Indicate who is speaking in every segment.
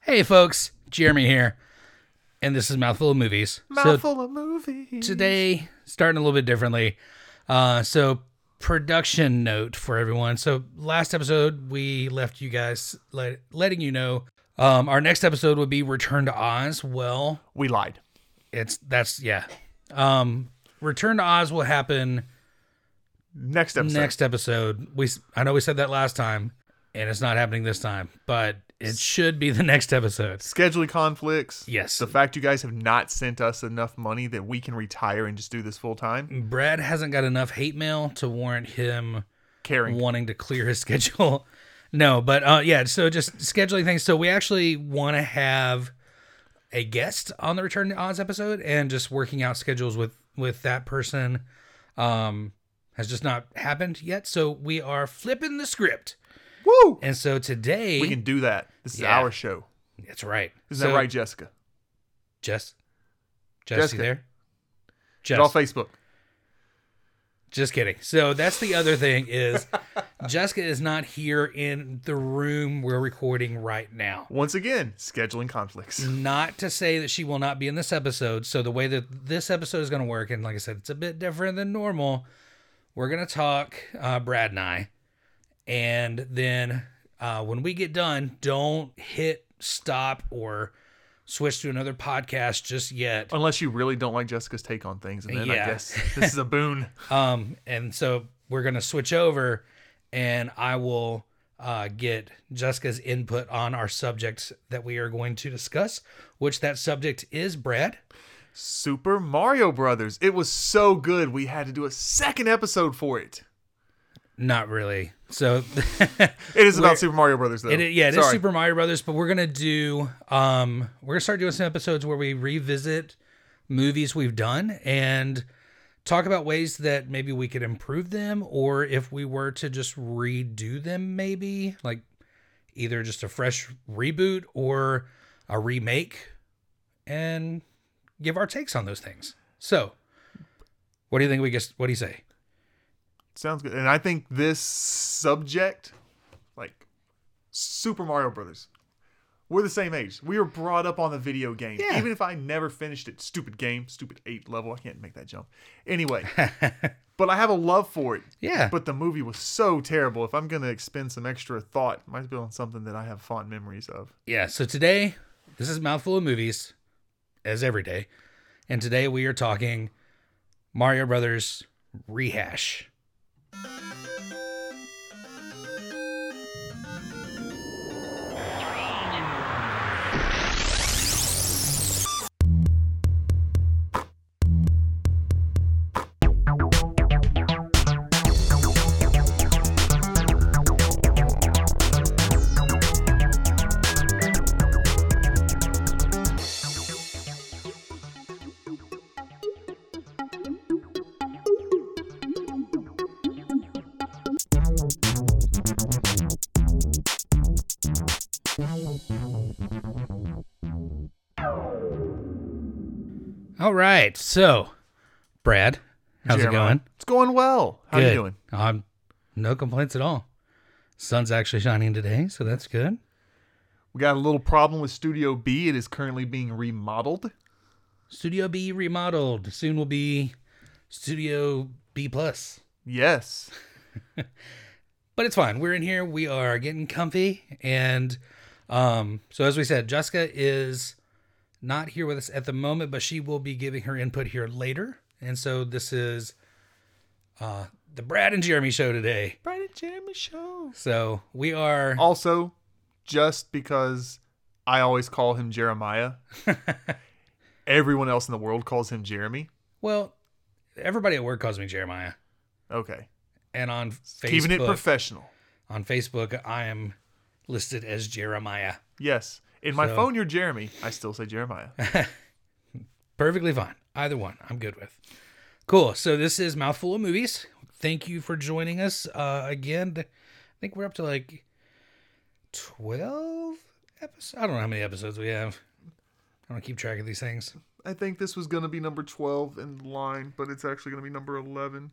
Speaker 1: Hey, folks, Jeremy here, and this is Mouthful of Movies. So
Speaker 2: of movies.
Speaker 1: today, starting a little bit differently. Uh, so production note for everyone. So last episode, we left you guys let, letting you know um, our next episode would be Return to Oz. Well,
Speaker 2: We lied.
Speaker 1: it's that's yeah. Um, Return to Oz will happen
Speaker 2: Next episode.
Speaker 1: next episode. We s- I know we said that last time, and it's not happening this time, but it should be the next episode.
Speaker 2: Schedule conflicts.
Speaker 1: Yes.
Speaker 2: The fact you guys have not sent us enough money that we can retire and just do this full time.
Speaker 1: Brad hasn't got enough hate mail to warrant him
Speaker 2: Caring.
Speaker 1: wanting to clear his schedule. No, but uh, yeah, so just scheduling things. So we actually want to have a guest on the Return to Oz episode, and just working out schedules with with that person um, has just not happened yet. So we are flipping the script,
Speaker 2: Woo!
Speaker 1: and so today
Speaker 2: We can do that. This is
Speaker 1: Yeah.
Speaker 2: our show.
Speaker 1: that's right.
Speaker 2: Isn't
Speaker 1: So-
Speaker 2: that right, Jessica?
Speaker 1: Jess? Jess,
Speaker 2: Jessica.
Speaker 1: you there?
Speaker 2: It's all
Speaker 1: Jess,
Speaker 2: Facebook.
Speaker 1: just kidding. So that's the other thing is Jessica is not here in the room we're recording right now.
Speaker 2: Once again, scheduling conflicts.
Speaker 1: Not to say that she will not be in this episode. So the way that this episode is going to work, and like I said, it's a bit different than normal. We're going to talk, uh, Brad and I, and then uh, when we get done, don't hit stop or switch to another podcast just yet.
Speaker 2: Unless you really don't like Jessica's take on things, and then
Speaker 1: Yeah.
Speaker 2: I guess this is a boon.
Speaker 1: Um, and so we're gonna switch over, and I will uh, get Jessica's input on our subjects that we are going to discuss. Which that subject is Brad.
Speaker 2: Super Mario Brothers. It was so good we had to do a second episode for it.
Speaker 1: Not really. So
Speaker 2: It is
Speaker 1: We're-
Speaker 2: about Super Mario Brothers though.
Speaker 1: it, yeah, it is
Speaker 2: Sorry.
Speaker 1: Super Mario Brothers, but we're gonna do um, we're gonna start doing some episodes where we revisit movies we've done and talk about ways that maybe we could improve them or if we were to just redo them maybe like either just a fresh reboot or a remake and give our takes on those things so what do you think we guess what do you say
Speaker 2: Sounds good. And I think this subject, like Super Mario Brothers, we're the same age. We were brought up on the video game.
Speaker 1: Yeah.
Speaker 2: Even if I never finished it, stupid game, stupid eight level. I can't make that jump. Anyway, but I have a love for it.
Speaker 1: yeah
Speaker 2: But the movie was so terrible. If I'm going to expend some extra thought, it might be on something that I have fond memories of.
Speaker 1: Yeah, so today, this is Mouthful of Movies, as every day. And today we are talking Mario Brothers Rehash. All right, so Brad, how's
Speaker 2: Jeremiah,
Speaker 1: it going?
Speaker 2: It's going well. How
Speaker 1: good.
Speaker 2: you doing?
Speaker 1: Um, no complaints at all. Sun's actually shining today, so that's good.
Speaker 2: We got a little problem with Studio B. It is currently being remodeled.
Speaker 1: Studio B remodeled. Soon will be Studio B plus.
Speaker 2: Yes.
Speaker 1: but it's fine. We're in here. We are getting comfy, and um, so as we said, Jessica is not here with us at the moment, but she will be giving her input here later. And so this is uh, the Brad and Jeremy show today.
Speaker 2: Brad and Jeremy Show.
Speaker 1: So we are.
Speaker 2: Also, just because I always call him Jeremiah, everyone else in the world calls him Jeremy.
Speaker 1: well, everybody at work calls me Jeremiah,
Speaker 2: Okay.
Speaker 1: and on Facebook,
Speaker 2: Keeping it professional.
Speaker 1: on Facebook, I am listed as Jeremiah.
Speaker 2: Yes. In my
Speaker 1: So-
Speaker 2: phone, you're Jeremy. I still say Jeremiah.
Speaker 1: Perfectly fine. Either one, I'm good with. Cool. So this is mouthful of movies. Thank you for joining us uh, again. I think we're up to like twelve episodes. I don't know how many episodes we have. I don't keep track of these things.
Speaker 2: I think this was going to be number 12 in line, but it's actually going to be number 11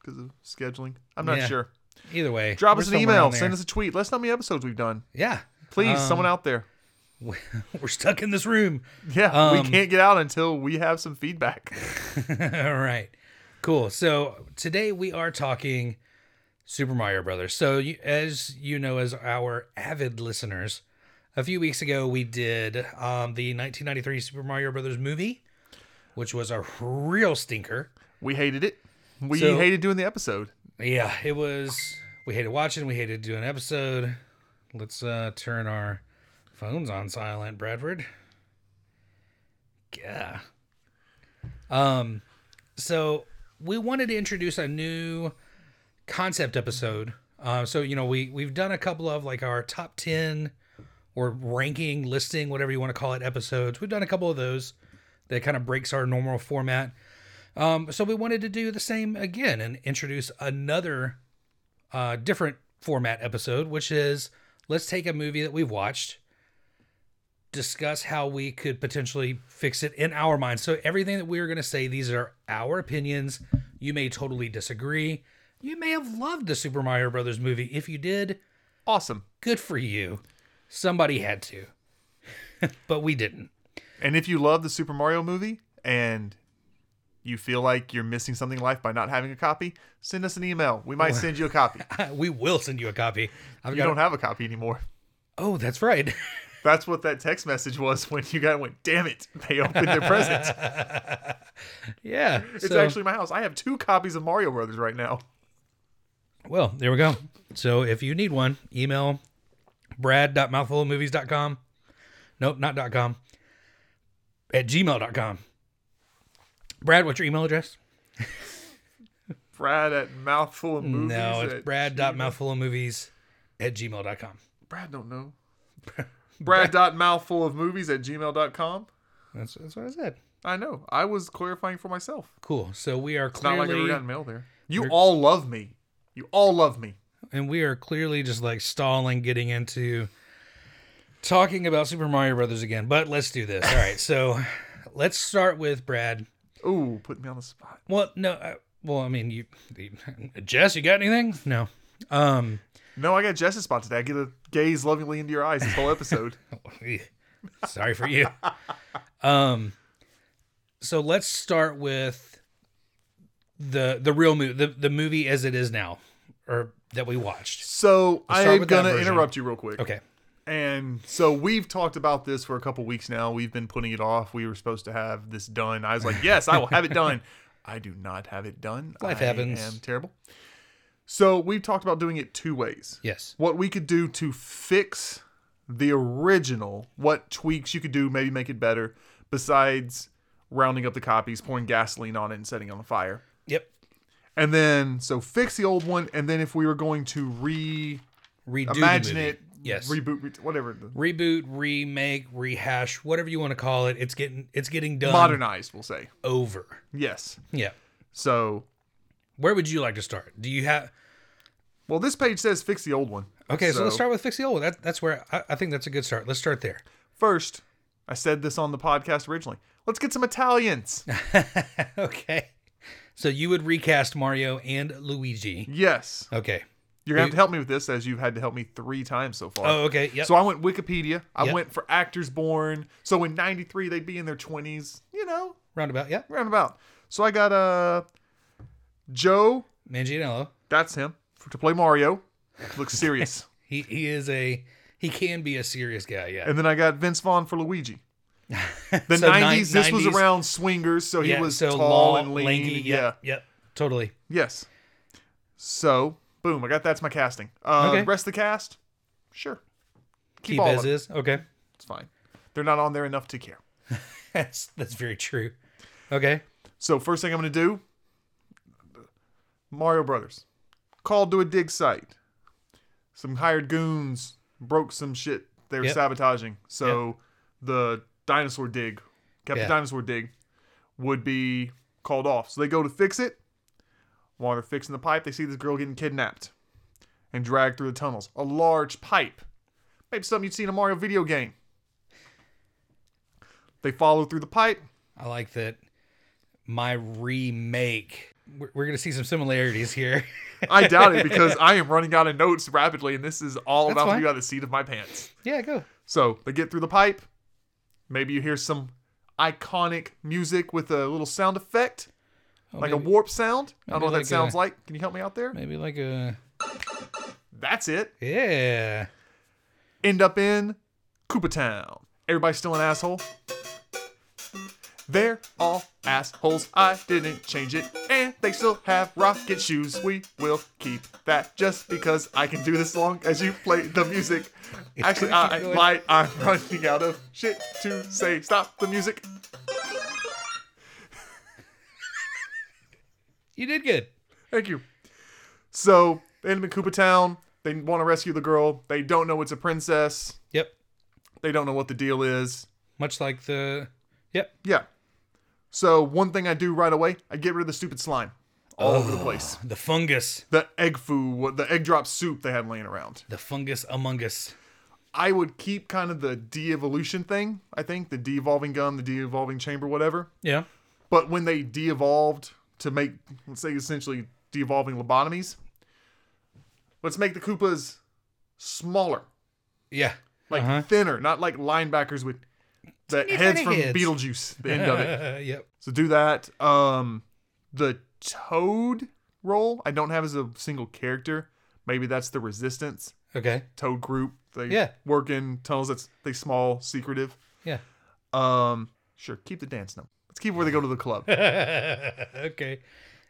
Speaker 2: because of scheduling. I'm not
Speaker 1: Yeah.
Speaker 2: sure.
Speaker 1: Either way,
Speaker 2: Drop
Speaker 1: we're
Speaker 2: us an
Speaker 1: somewhere around
Speaker 2: email,
Speaker 1: there.
Speaker 2: send us a tweet. Let us know how many episodes we've done.
Speaker 1: yeah,
Speaker 2: Please,
Speaker 1: Um,
Speaker 2: someone out there.
Speaker 1: We're stuck in this room.
Speaker 2: Yeah,
Speaker 1: um,
Speaker 2: we can't get out until we have some feedback.
Speaker 1: All right. Cool. So today we are talking Super Mario Brothers. So you, as you know, as our avid listeners, a few weeks ago we did um, the 1993 Super Mario Brothers movie, which was a real stinker.
Speaker 2: We hated it. We
Speaker 1: So-
Speaker 2: hated doing the episode.
Speaker 1: Yeah, it was. We hated watching. We hated doing an episode. Let's uh, turn our phones on silent, Bradford. Yeah. Um. So we wanted to introduce a new concept episode. Uh, so you know we we've done a couple of like our top ten or ranking, listing, whatever you want to call it, episodes. We've done a couple of those that kind of breaks our normal format. Um, so we wanted to do the same again and introduce another uh, different format episode, which is let's take a movie that we've watched, discuss how we could potentially fix it in our mind. So everything that we are going to say, these are our opinions. You may totally disagree. You may have loved the Super Mario Brothers movie. If you did,
Speaker 2: Awesome.
Speaker 1: good for you. Somebody had to, but we didn't.
Speaker 2: And if you love the Super Mario movie and you feel like you're missing something in life by not having a copy, send us an email. We might send you a copy.
Speaker 1: we will send you a copy. I've
Speaker 2: You
Speaker 1: got.
Speaker 2: don't have a copy anymore.
Speaker 1: oh, that's right.
Speaker 2: That's what that text message was when you got went, damn it, they opened their presents.
Speaker 1: yeah.
Speaker 2: It's actually my house. I have two copies of Mario Brothers right now.
Speaker 1: Well, there we go. So if you need one, email brad.mouthfulofmovies.com. Nope, not dot .com. At gmail.com. Brad, what's your email address?
Speaker 2: Brad at mouthful of movies.
Speaker 1: no, it's
Speaker 2: at-
Speaker 1: brad.mouthfulofmovies at gmail.com.
Speaker 2: Brad don't know. Brad dot mouthful of movies at gmail.com.
Speaker 1: That's, that's what I said.
Speaker 2: I know. I was clarifying for myself.
Speaker 1: Cool. So we are
Speaker 2: Not like I ever
Speaker 1: clearly,
Speaker 2: got mail there. You all love me. You all love me.
Speaker 1: and we are clearly just like stalling getting into talking about Super Mario Brothers again, but let's do this. All right. So let's start with Brad.
Speaker 2: Ooh, put me on the spot.
Speaker 1: Well, no. I, well, I mean, you, you, Jess, you got anything? No. Um,
Speaker 2: No, I got Jess's spot today. I get to gaze lovingly into your eyes this whole episode.
Speaker 1: sorry for you. Um, so let's start with the the real movie, the the movie as it is now, or that we watched.
Speaker 2: so
Speaker 1: start
Speaker 2: I'm
Speaker 1: with that
Speaker 2: gonna
Speaker 1: version.
Speaker 2: interrupt you real quick.
Speaker 1: Okay.
Speaker 2: And so we've talked about this for a couple weeks now. We've been putting it off. We were supposed to have this done. I was like, yes, I will have it done. I do not have it done.
Speaker 1: Life
Speaker 2: I
Speaker 1: happens.
Speaker 2: am terrible. So we've talked about doing it two ways.
Speaker 1: Yes.
Speaker 2: What we could do to fix the original, what tweaks you could do, maybe make it better, besides rounding up the copies, pouring gasoline on it, and setting it on fire.
Speaker 1: Yep.
Speaker 2: And then, so fix the old one. And then, if we were going to re
Speaker 1: Redo the
Speaker 2: imagine
Speaker 1: movie.
Speaker 2: it,
Speaker 1: Yes. Um,
Speaker 2: reboot, re- whatever, the
Speaker 1: Reboot, remake, rehash, whatever you want to call it. It's getting it's getting done
Speaker 2: modernized, we'll say.
Speaker 1: over.
Speaker 2: Yes.
Speaker 1: Yeah.
Speaker 2: So,
Speaker 1: Where would you like to start? Do you have
Speaker 2: well, this page says fix the old one.
Speaker 1: Okay, so, let's start with fix the old one. That, that's where I, I think that's a good start. Let's start there.
Speaker 2: First, I said this on the podcast originally. Let's get some Italians.
Speaker 1: okay. So you would recast Mario and Luigi.
Speaker 2: yes.
Speaker 1: Okay.
Speaker 2: You're going to have to help me with this as you've had to help me three times so far.
Speaker 1: Oh, okay. Yep.
Speaker 2: So I went Wikipedia. I
Speaker 1: Yep.
Speaker 2: went for actors born. So in 93, they'd be in their 20s, you know,
Speaker 1: Roundabout. Yep.
Speaker 2: roundabout. So I got uh, Joe,
Speaker 1: Manganiello.
Speaker 2: that's him, for, to play Mario. Looks serious.
Speaker 1: He he is a he can be a serious guy. Yeah.
Speaker 2: and then I got Vince Vaughn for Luigi. The
Speaker 1: So
Speaker 2: 90s,
Speaker 1: nine-
Speaker 2: this was
Speaker 1: 90s.
Speaker 2: around swingers, so he
Speaker 1: yeah,
Speaker 2: was
Speaker 1: so
Speaker 2: tall
Speaker 1: long,
Speaker 2: and lean.
Speaker 1: lanky.
Speaker 2: yeah.
Speaker 1: Yep. Yep. Totally.
Speaker 2: Yes. So, boom, I got that's my casting. Uh,
Speaker 1: Okay.
Speaker 2: The rest of the cast, sure. Keep,
Speaker 1: Keep
Speaker 2: all
Speaker 1: as
Speaker 2: of it.
Speaker 1: is. Okay.
Speaker 2: It's fine. They're not on there enough to care.
Speaker 1: That's that's very true. Okay.
Speaker 2: So, first thing I'm going to do Mario Brothers. Called to a dig site. Some hired goons broke some shit they were
Speaker 1: Yep.
Speaker 2: sabotaging. So, the dinosaur dig, kept
Speaker 1: Yeah.
Speaker 2: the dinosaur dig, would be called off. So, they go to fix it. While they're fixing the pipe, they see this girl getting kidnapped and dragged through the tunnels. A large pipe. Maybe something you'd see in a Mario video game. They follow through the pipe.
Speaker 1: I like that. My remake we're, we're gonna see some similarities here.
Speaker 2: I doubt it because I am running out of notes rapidly, and this is all
Speaker 1: That's
Speaker 2: about
Speaker 1: fine.
Speaker 2: you out of the seat of my pants.
Speaker 1: yeah, go.
Speaker 2: So they get through the pipe. Maybe you hear some iconic music with a little sound effect,
Speaker 1: Oh,
Speaker 2: like
Speaker 1: maybe-
Speaker 2: a warp sound. I don't
Speaker 1: maybe
Speaker 2: know what that
Speaker 1: like
Speaker 2: sounds
Speaker 1: a-
Speaker 2: like. Can you help me out there?
Speaker 1: Maybe like a
Speaker 2: That's it.
Speaker 1: yeah.
Speaker 2: End up in Koopa Town. Everybody's still an asshole. They're all assholes. I didn't change it. And they still have rocket shoes. We will keep that just because I can do this long as you play the music. Actually, I, I
Speaker 1: Keep going.
Speaker 2: lied. I'm running out of shit to say. Stop the music.
Speaker 1: You did good.
Speaker 2: Thank you. So they end up in Koopa Town. They want to rescue the girl. They don't know it's a princess.
Speaker 1: Yep.
Speaker 2: They don't know what the deal is.
Speaker 1: Much like the yep.
Speaker 2: Yeah. So one thing I do right away, I get rid of the stupid slime all over the place.
Speaker 1: The fungus.
Speaker 2: The egg foo, what- the egg drop soup they had laying around.
Speaker 1: The fungus among us.
Speaker 2: I would keep kind of the de-evolution thing. I think the de-evolving gun, the de-evolving chamber, whatever.
Speaker 1: Yeah.
Speaker 2: But when they de-evolved to make, let's say, essentially de-evolving lobotomies, let's make the Koopas smaller.
Speaker 1: Yeah.
Speaker 2: like
Speaker 1: Uh-huh.
Speaker 2: thinner, not like linebackers with the
Speaker 1: Teeny
Speaker 2: heads
Speaker 1: tiny
Speaker 2: from
Speaker 1: heads.
Speaker 2: Beetlejuice. The end of it.
Speaker 1: yep.
Speaker 2: So do that. Um, the Toad role I don't have as a single character. Maybe that's the Resistance
Speaker 1: Okay.
Speaker 2: Toad group. They
Speaker 1: Yeah.
Speaker 2: work in tunnels. That's they small, secretive.
Speaker 1: Yeah.
Speaker 2: Um, sure, keep the dance number. Let's keep where they go to the club.
Speaker 1: okay.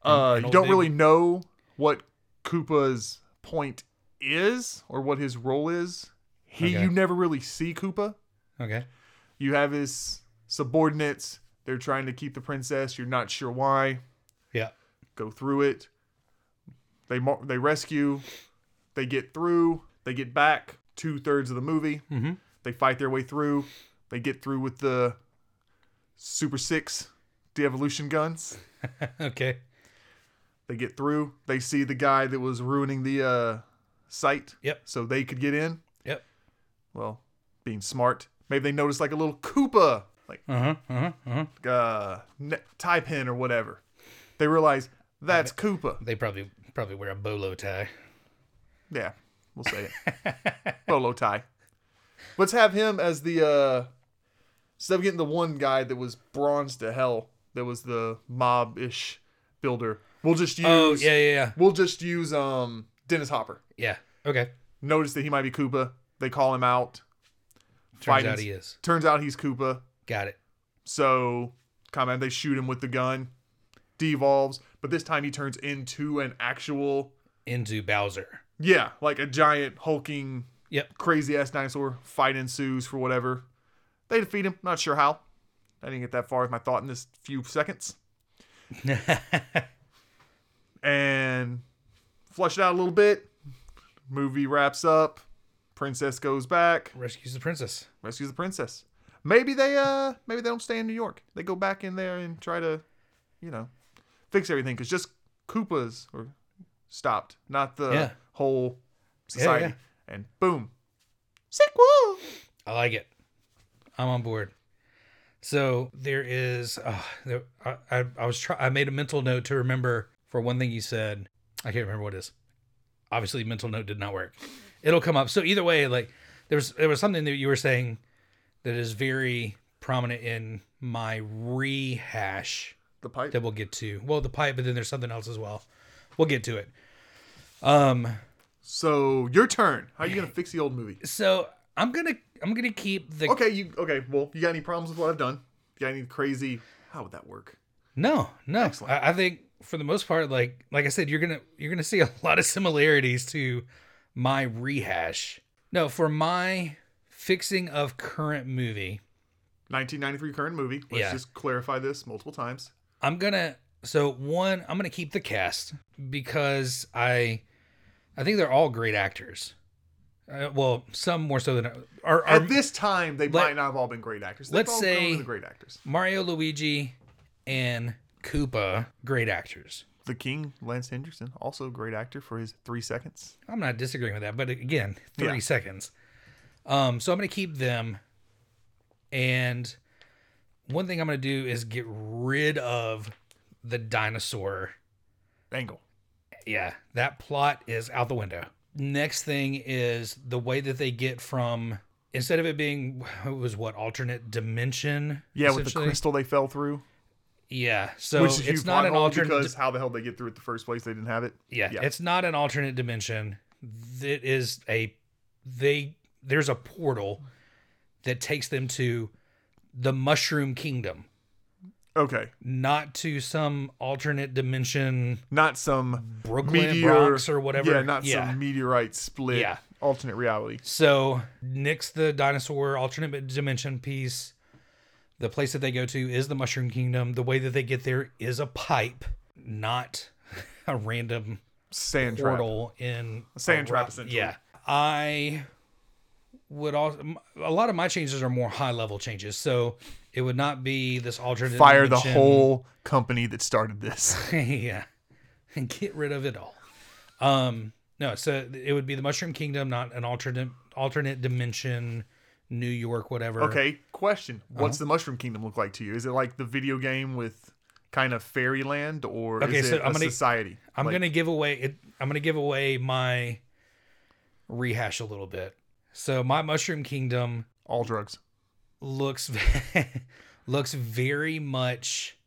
Speaker 2: Uh,
Speaker 1: an
Speaker 2: you
Speaker 1: old
Speaker 2: don't
Speaker 1: dude.
Speaker 2: really know what Koopa's point is or what his role is. He,
Speaker 1: Okay.
Speaker 2: you never really see Koopa.
Speaker 1: Okay.
Speaker 2: You have his subordinates. They're trying to keep the princess. You're not sure why.
Speaker 1: Yeah.
Speaker 2: Go through it. They mar- they rescue. They get through. They get back. Two thirds of the movie.
Speaker 1: Mm-hmm.
Speaker 2: They fight their way through. They get through with the Super Six de-evolution guns.
Speaker 1: okay.
Speaker 2: They get through. They see the guy that was ruining the uh, site.
Speaker 1: Yep.
Speaker 2: So they could get in.
Speaker 1: Yep.
Speaker 2: Well, being smart, maybe they notice like a little Koopa, like
Speaker 1: Uh huh. Uh huh. Uh huh.
Speaker 2: uh, ne- tie pin or whatever. They realize that's Koopa.
Speaker 1: They probably probably wear a bolo tie.
Speaker 2: Yeah, we'll say it. Polo tie. Let's have him as the uh instead of getting the one guy that was bronze to hell, that was the mob ish builder. We'll just use
Speaker 1: Oh yeah yeah yeah
Speaker 2: we'll just use um Dennis Hopper.
Speaker 1: yeah. Okay.
Speaker 2: Notice that he might be Koopa. They call him out.
Speaker 1: Turns
Speaker 2: Biden's-
Speaker 1: out he is.
Speaker 2: Turns out he's Koopa.
Speaker 1: Got it.
Speaker 2: So, comment they shoot him with the gun, devolves, but this time he turns into an actual,
Speaker 1: Into Bowser.
Speaker 2: yeah, like a giant hulking,
Speaker 1: Yep.
Speaker 2: crazy ass dinosaur. Fight ensues for whatever. They defeat him. Not sure how. I didn't get that far with my thought in this few seconds. and flush it out a little bit. Movie wraps up. Princess goes back.
Speaker 1: Rescues the princess.
Speaker 2: Rescues the princess. Maybe they uh maybe they don't stay in New York. They go back in there and try to, you know, fix everything because just Koopas or stopped, not the
Speaker 1: Yeah.
Speaker 2: whole society.
Speaker 1: yeah.
Speaker 2: And boom, sequel.
Speaker 1: I like it. I'm on board. So there is. Uh, there, I, I I was try. I made a mental note to remember for one thing you said. I can't remember what it is. Obviously, mental note did not work. It'll come up. So either way, like there was there was something that you were saying that is very prominent in my rehash
Speaker 2: The pipe.
Speaker 1: that we'll get to. Well, the pipe, but then there's something else as well. We'll get to it. Um.
Speaker 2: So your turn. How are you gonna fix the old movie?
Speaker 1: So I'm gonna I'm gonna keep the
Speaker 2: Okay, you okay? Well, you got any problems with what I've done? You got any crazy? How would that work?
Speaker 1: No, no.
Speaker 2: Excellent.
Speaker 1: I, I think for the most part, like like I said, you're gonna you're gonna see a lot of similarities to my rehash. No, for my fixing of current movie,
Speaker 2: 1993 current movie. Let's
Speaker 1: Yeah.
Speaker 2: just clarify this multiple times.
Speaker 1: I'm gonna so one, I'm gonna keep the cast because I I think they're all great actors. Uh, well, some more so than are, are
Speaker 2: At this time, they might not have all been great actors. They've
Speaker 1: let's
Speaker 2: all
Speaker 1: say-
Speaker 2: grown into great actors.
Speaker 1: Mario, Luigi, and Koopa great actors.
Speaker 2: The King, Lance Henderson, also a great actor for his three seconds.
Speaker 1: I'm not disagreeing with that, but again, three
Speaker 2: Yeah.
Speaker 1: seconds. Um, so I'm gonna keep them, and one thing I'm gonna do is get rid of the dinosaur
Speaker 2: angle.
Speaker 1: yeah, that plot is out the window. Next thing is the way that they get from instead of it being it was what alternate dimension.
Speaker 2: Yeah, with the
Speaker 1: essentially?
Speaker 2: crystal they fell through,
Speaker 1: Yeah, so
Speaker 2: which is huge
Speaker 1: it's not
Speaker 2: plot
Speaker 1: an
Speaker 2: hole
Speaker 1: alternate.
Speaker 2: because how the hell they get through it the first place? They didn't have it.
Speaker 1: yeah,
Speaker 2: yeah.
Speaker 1: it's not an alternate dimension. It is a they. There's a portal that takes them to the Mushroom Kingdom,
Speaker 2: Okay,
Speaker 1: not to some alternate dimension,
Speaker 2: not some
Speaker 1: Brooklyn,
Speaker 2: meteor
Speaker 1: Bronx, or whatever.
Speaker 2: Yeah, not some meteorite split.
Speaker 1: Yeah.
Speaker 2: alternate reality.
Speaker 1: So Nick's the dinosaur alternate dimension piece. The place that they go to is the Mushroom Kingdom. The way that they get there is a pipe, not a random
Speaker 2: Sand trap.
Speaker 1: portal in a
Speaker 2: sand trap,
Speaker 1: rock-
Speaker 2: essentially.
Speaker 1: Yeah, I would also a lot of my changes are more high level changes, so it would not be this alternate
Speaker 2: Fire the
Speaker 1: dimension-
Speaker 2: whole company that started this.
Speaker 1: yeah, and get rid of it all. Um, no, so it would be the Mushroom Kingdom, not an alternate alternate dimension, New York, whatever.
Speaker 2: Okay, question.
Speaker 1: Uh-huh.
Speaker 2: What's the Mushroom Kingdom look like to you? Is it like the video game with kind of fairyland or
Speaker 1: Okay,
Speaker 2: is
Speaker 1: so
Speaker 2: it a
Speaker 1: I'm gonna-
Speaker 2: society?
Speaker 1: I'm
Speaker 2: Like,
Speaker 1: gonna give away it. I'm gonna give away my rehash a little bit. So my Mushroom Kingdom
Speaker 2: all drugs.
Speaker 1: looks looks very much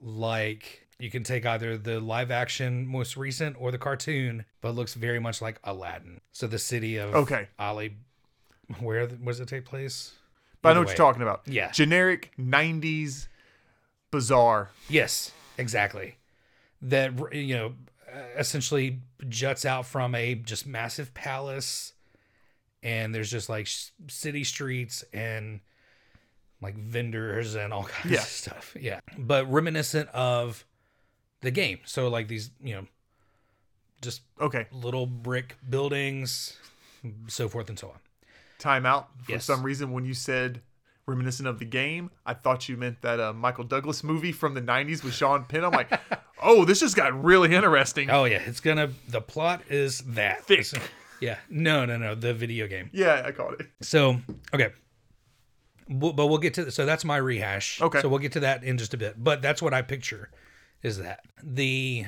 Speaker 1: like you can take either the live action most recent or the cartoon, but looks very much like Aladdin. So the city of
Speaker 2: Okay.
Speaker 1: Ali, where th- was it take place?
Speaker 2: But I know
Speaker 1: Either
Speaker 2: what
Speaker 1: way.
Speaker 2: you're talking about.
Speaker 1: Yeah.
Speaker 2: Generic 90s bizarre.
Speaker 1: Yes, exactly. That r- you know, uh, essentially juts out from a just massive palace, and there's just like s- city streets and like vendors and all kinds
Speaker 2: Yeah.
Speaker 1: of stuff. Yeah, but reminiscent of the game. So like these, you know, just
Speaker 2: Okay,
Speaker 1: little brick buildings, so forth and so on.
Speaker 2: time out. For
Speaker 1: Yes.
Speaker 2: some reason, when you said reminiscent of the game, I thought you meant that uh, Michael Douglas movie from the 90s with Sean Penn. I'm like, oh, this just got really interesting.
Speaker 1: Oh yeah, it's gonna. The plot is that
Speaker 2: Thick.
Speaker 1: So- yeah. No, no, no. The video game.
Speaker 2: Yeah, I caught it.
Speaker 1: So okay, W- but we'll get to so that's my rehash.
Speaker 2: Okay.
Speaker 1: so we'll get to that in just a bit. But that's what I picture is that the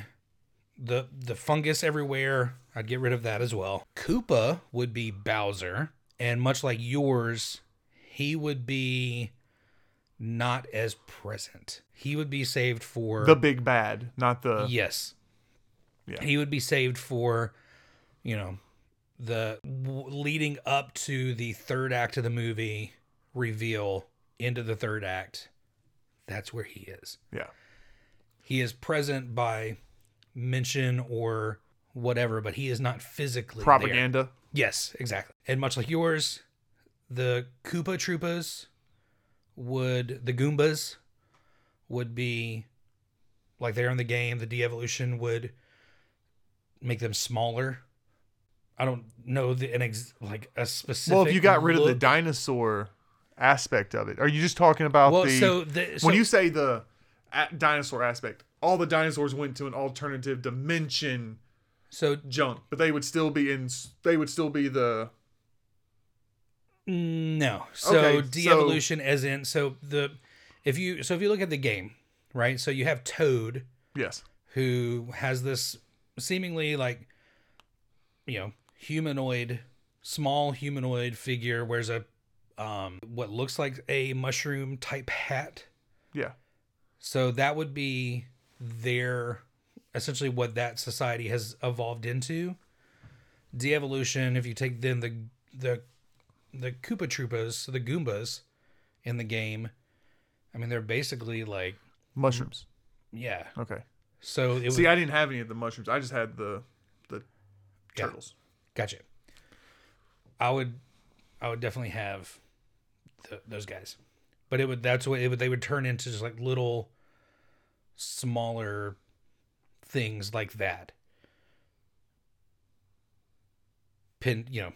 Speaker 1: the the fungus everywhere. I'd get rid of that as well. Koopa would be Bowser, and much like yours, he would be not as present. He would be saved for
Speaker 2: The big bad, not the.
Speaker 1: Yes.
Speaker 2: Yeah.
Speaker 1: He would be saved for, you know, the w- leading up to the third act of the movie reveal into the third act. That's where he is.
Speaker 2: Yeah.
Speaker 1: He is present by mention or whatever, but he is not physically there.
Speaker 2: Propaganda.
Speaker 1: Yes, exactly. And much like yours, the Koopa Troopas would the Goombas would be like they're in the game, the de-evolution would make them smaller. I don't know the, an ex, like a specific.
Speaker 2: Well, if you got rid of the
Speaker 1: look-
Speaker 2: dinosaur aspect of it, are you just talking about
Speaker 1: well,
Speaker 2: the
Speaker 1: so the, so
Speaker 2: when you say the a- dinosaur aspect? All the dinosaurs went to an alternative dimension,
Speaker 1: so
Speaker 2: junk, but they would still be in. s- They would still be the
Speaker 1: mm, No. So
Speaker 2: Okay, so-
Speaker 1: de-evolution as in so the if you so if you look at the game, right? So you have Toad
Speaker 2: yes,
Speaker 1: who has this seemingly like you know humanoid small humanoid figure wears a um what looks like a mushroom type hat
Speaker 2: yeah,
Speaker 1: so that would be their essentially what that society has evolved into de-evolution if you take then the the the koopa troopas the goombas in the game i mean they're basically like
Speaker 2: mushrooms.
Speaker 1: yeah
Speaker 2: Okay.
Speaker 1: so it was
Speaker 2: See, I didn't have any of the mushrooms. I just had the the
Speaker 1: Yeah.
Speaker 2: turtles.
Speaker 1: Gotcha. I would, I would definitely have th- those guys, but it would that's what it would they would turn into just like little, smaller, things like that. Pin, you know,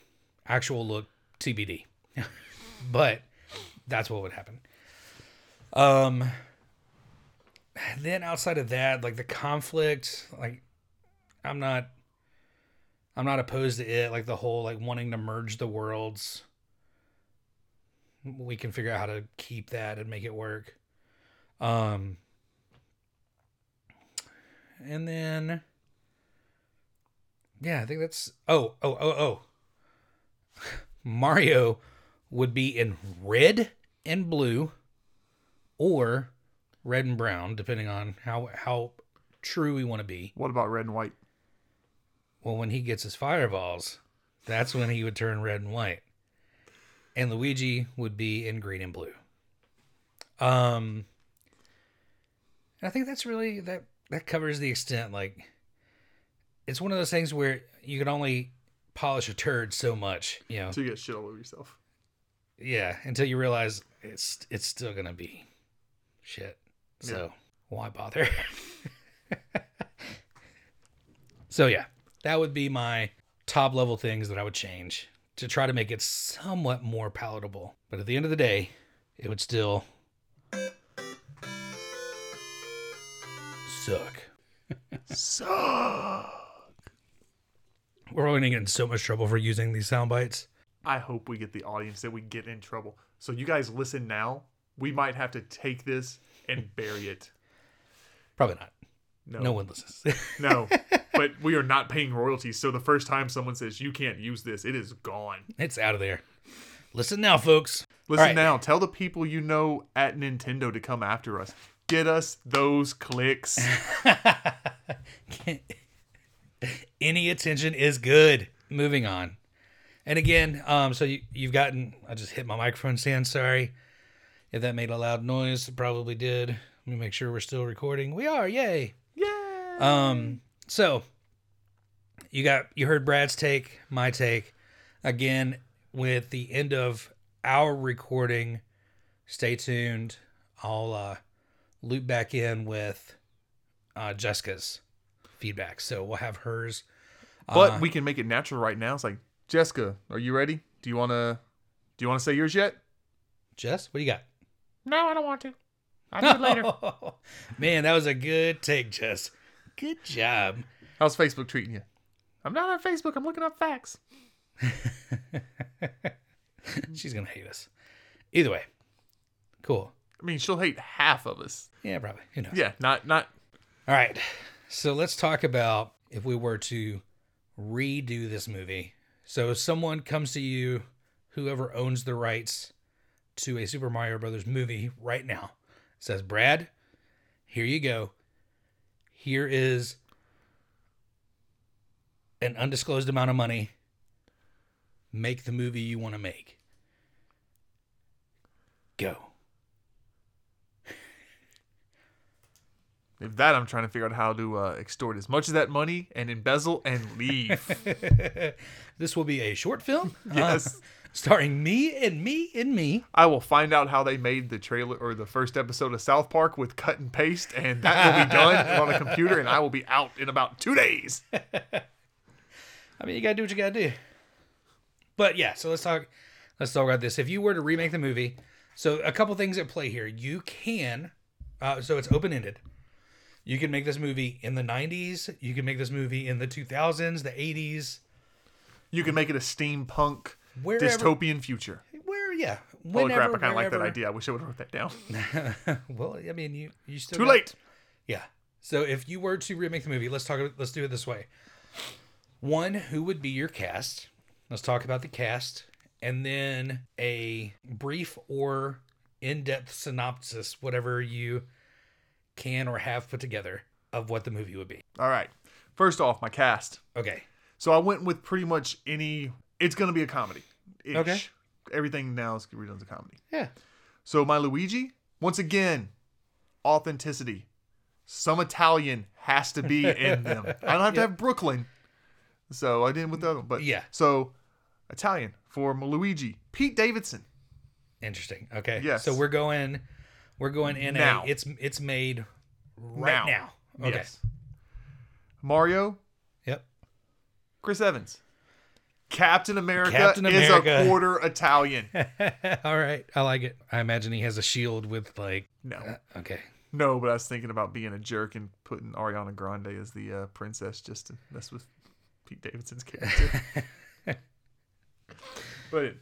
Speaker 1: actual look TBD, but that's what would happen. Um. Then outside of that, like the conflict, like I'm not I'm not opposed to it, like the whole like wanting to merge the worlds. We can figure out how to keep that and make it work. Um and then yeah, I think that's oh oh oh oh. Mario would be in red and blue, or red and brown, depending on how how true we want to be.
Speaker 2: What about red and white?
Speaker 1: Well, when he gets his fireballs, that's when he would turn red and white. And Luigi would be in green and blue. Um and I think that's really that that covers the extent like it's one of those things where you can only polish a turd so much, you know.
Speaker 2: So you get shit all over yourself.
Speaker 1: Yeah, until you realize it's it's still going to be shit. So why bother? so yeah, that would be my top level things that I would change to try to make it somewhat more palatable. But at the end of the day, it would still suck.
Speaker 2: Suck.
Speaker 1: We're only gonna get in so much trouble for using these sound bites.
Speaker 2: I hope we get the audience that we get in trouble. So you guys listen now. We might have to take this and bury it.
Speaker 1: Probably not.
Speaker 2: No,
Speaker 1: No one listens.
Speaker 2: no. But we are not paying royalties. So the first time someone says you can't use this, it is gone.
Speaker 1: it's out of there. Listen now, folks.
Speaker 2: Listen
Speaker 1: right.
Speaker 2: now. Tell the people you know at Nintendo to come after us. Get us those clicks.
Speaker 1: Any attention is good. Moving on. And again, um, so you, you've gotten, I just hit my microphone stand. Sorry if that made a loud noise. It probably did. Let me make sure we're still recording. We are. Yay.
Speaker 2: yeah.
Speaker 1: Um, so you got you heard Brad's take, my take. Again, with the end of our recording, stay tuned. I'll uh loop back in with uh Jessica's feedback. So we'll have hers.
Speaker 2: But we can make it natural right now. It's like, Jessica, are you ready? Do you wanna do you wanna say yours yet?
Speaker 1: Jess, what do you got?
Speaker 2: No, I don't want to.
Speaker 1: I'll do later. Man, that was a good take, Jess. Good job.
Speaker 2: How's Facebook treating you? I'm not on Facebook, I'm looking up facts.
Speaker 1: She's gonna hate us. Either way. Cool.
Speaker 2: I mean she'll hate half of us.
Speaker 1: Yeah, probably. Who knows?
Speaker 2: Yeah, not not
Speaker 1: All right. So let's talk about if we were to redo this movie. So if someone comes to you, whoever owns the rights to a Super Mario Brothers movie right now, says, Brad, here you go. Here is an undisclosed amount of money. Make the movie you want to make. Go.
Speaker 2: if that I'm trying to figure out how to uh, extort as much of that money and embezzle and leave.
Speaker 1: this will be a short film.
Speaker 2: Yes.
Speaker 1: uh, starring me and me and me.
Speaker 2: I will find out how they made the trailer or the first episode of South Park with cut and paste, and that will be done on a computer, and I will be out in about two days.
Speaker 1: I mean, you gotta do what you gotta do. But yeah, so let's talk. Let's talk about this. If you were to remake the movie, so a couple things at play here. You can, uh, so it's open ended. You can make this movie in the '90s. You can make this movie in the 2000s, the '80s,
Speaker 2: You can make it a steampunk
Speaker 1: Wherever-
Speaker 2: dystopian future.
Speaker 1: where yeah,
Speaker 2: Holy
Speaker 1: whenever.
Speaker 2: crap, I kind of like that
Speaker 1: wherever.
Speaker 2: idea. I wish I would have wrote that down.
Speaker 1: well, I mean, you you still
Speaker 2: Too
Speaker 1: got-
Speaker 2: late.
Speaker 1: Yeah. So if you were to remake the movie, let's talk. about- Let's do it this way. One, who would be your cast? Let's talk about the cast, and then a brief or in-depth synopsis, whatever you can or have put together of what the movie would be.
Speaker 2: All right. First off, my cast.
Speaker 1: Okay.
Speaker 2: So I went with pretty much any. It's going to be a comedy.
Speaker 1: Okay.
Speaker 2: Everything now is redone as a comedy.
Speaker 1: Yeah.
Speaker 2: So my Luigi, once again, authenticity. Some Italian has to be in them. I don't have to have Brooklyn. So I didn't with the other one. But
Speaker 1: Yeah.
Speaker 2: So Italian for my Luigi. Pete Davidson.
Speaker 1: Interesting. Okay.
Speaker 2: Yes.
Speaker 1: So we're going, we're going in
Speaker 2: Now.
Speaker 1: a. It's it's made right now.
Speaker 2: Now.
Speaker 1: Okay.
Speaker 2: Yes. Mario,
Speaker 1: Yep.
Speaker 2: Chris Evans. Captain America,
Speaker 1: Captain
Speaker 2: is
Speaker 1: America.
Speaker 2: a quarter Italian.
Speaker 1: All right. I like it. I imagine he has a shield with like. uh,
Speaker 2: No.
Speaker 1: Okay.
Speaker 2: No, but I was thinking about being a jerk and putting Ariana Grande as the uh, princess just to mess with Pete Davidson's character. but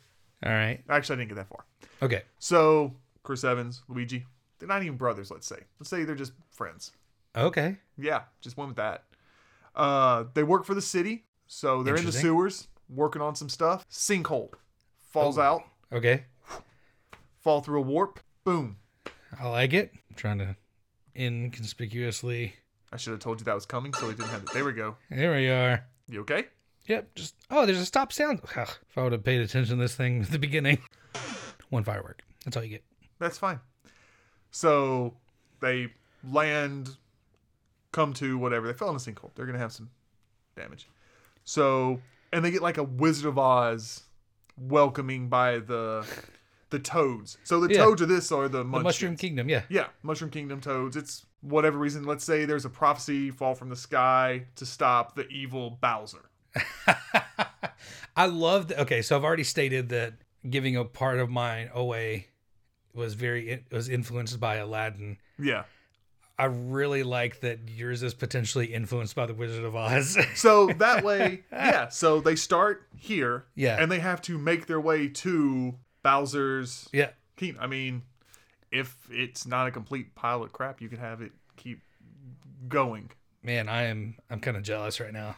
Speaker 1: All right.
Speaker 2: actually, I didn't get that far.
Speaker 1: Okay.
Speaker 2: So Chris Evans, Luigi, they're not even brothers. Let's say, let's say they're just friends.
Speaker 1: Okay.
Speaker 2: Yeah, just went with that. Uh, they work for the city, so they're in the
Speaker 1: Interesting.
Speaker 2: sewers working on some stuff. Sinkhole falls out,
Speaker 1: Okay.
Speaker 2: fall through a warp. Boom.
Speaker 1: I like it. I'm trying to inconspicuously.
Speaker 2: I should have told you that was coming, so we didn't have it. There we go.
Speaker 1: There we are.
Speaker 2: You okay?
Speaker 1: Yep. Just oh, there's a stop sound. Ugh, if I would have paid attention to this thing at the beginning, one firework. That's all you get.
Speaker 2: That's fine. So they land, come to whatever. They fell in a sinkhole. They're gonna have some damage. So and they get like a Wizard of Oz welcoming by the the toads. So the
Speaker 1: Yeah.
Speaker 2: toads of this are the,
Speaker 1: The Mushroom
Speaker 2: munchkins.
Speaker 1: Kingdom. Yeah.
Speaker 2: Yeah, Mushroom Kingdom toads. It's whatever reason. Let's say there's a prophecy fall from the sky to stop the evil Bowser.
Speaker 1: I love. The, okay, so I've already stated that giving a part of mine away was very was influenced by Aladdin.
Speaker 2: Yeah.
Speaker 1: I really like that yours is potentially influenced by the Wizard of Oz.
Speaker 2: So that way, yeah. So they start here.
Speaker 1: Yeah.
Speaker 2: And they have to make their way to Bowser's
Speaker 1: yeah.
Speaker 2: Keen. I mean, if it's not a complete pile of crap, you can have it keep going.
Speaker 1: Man, I am I'm kind of jealous right now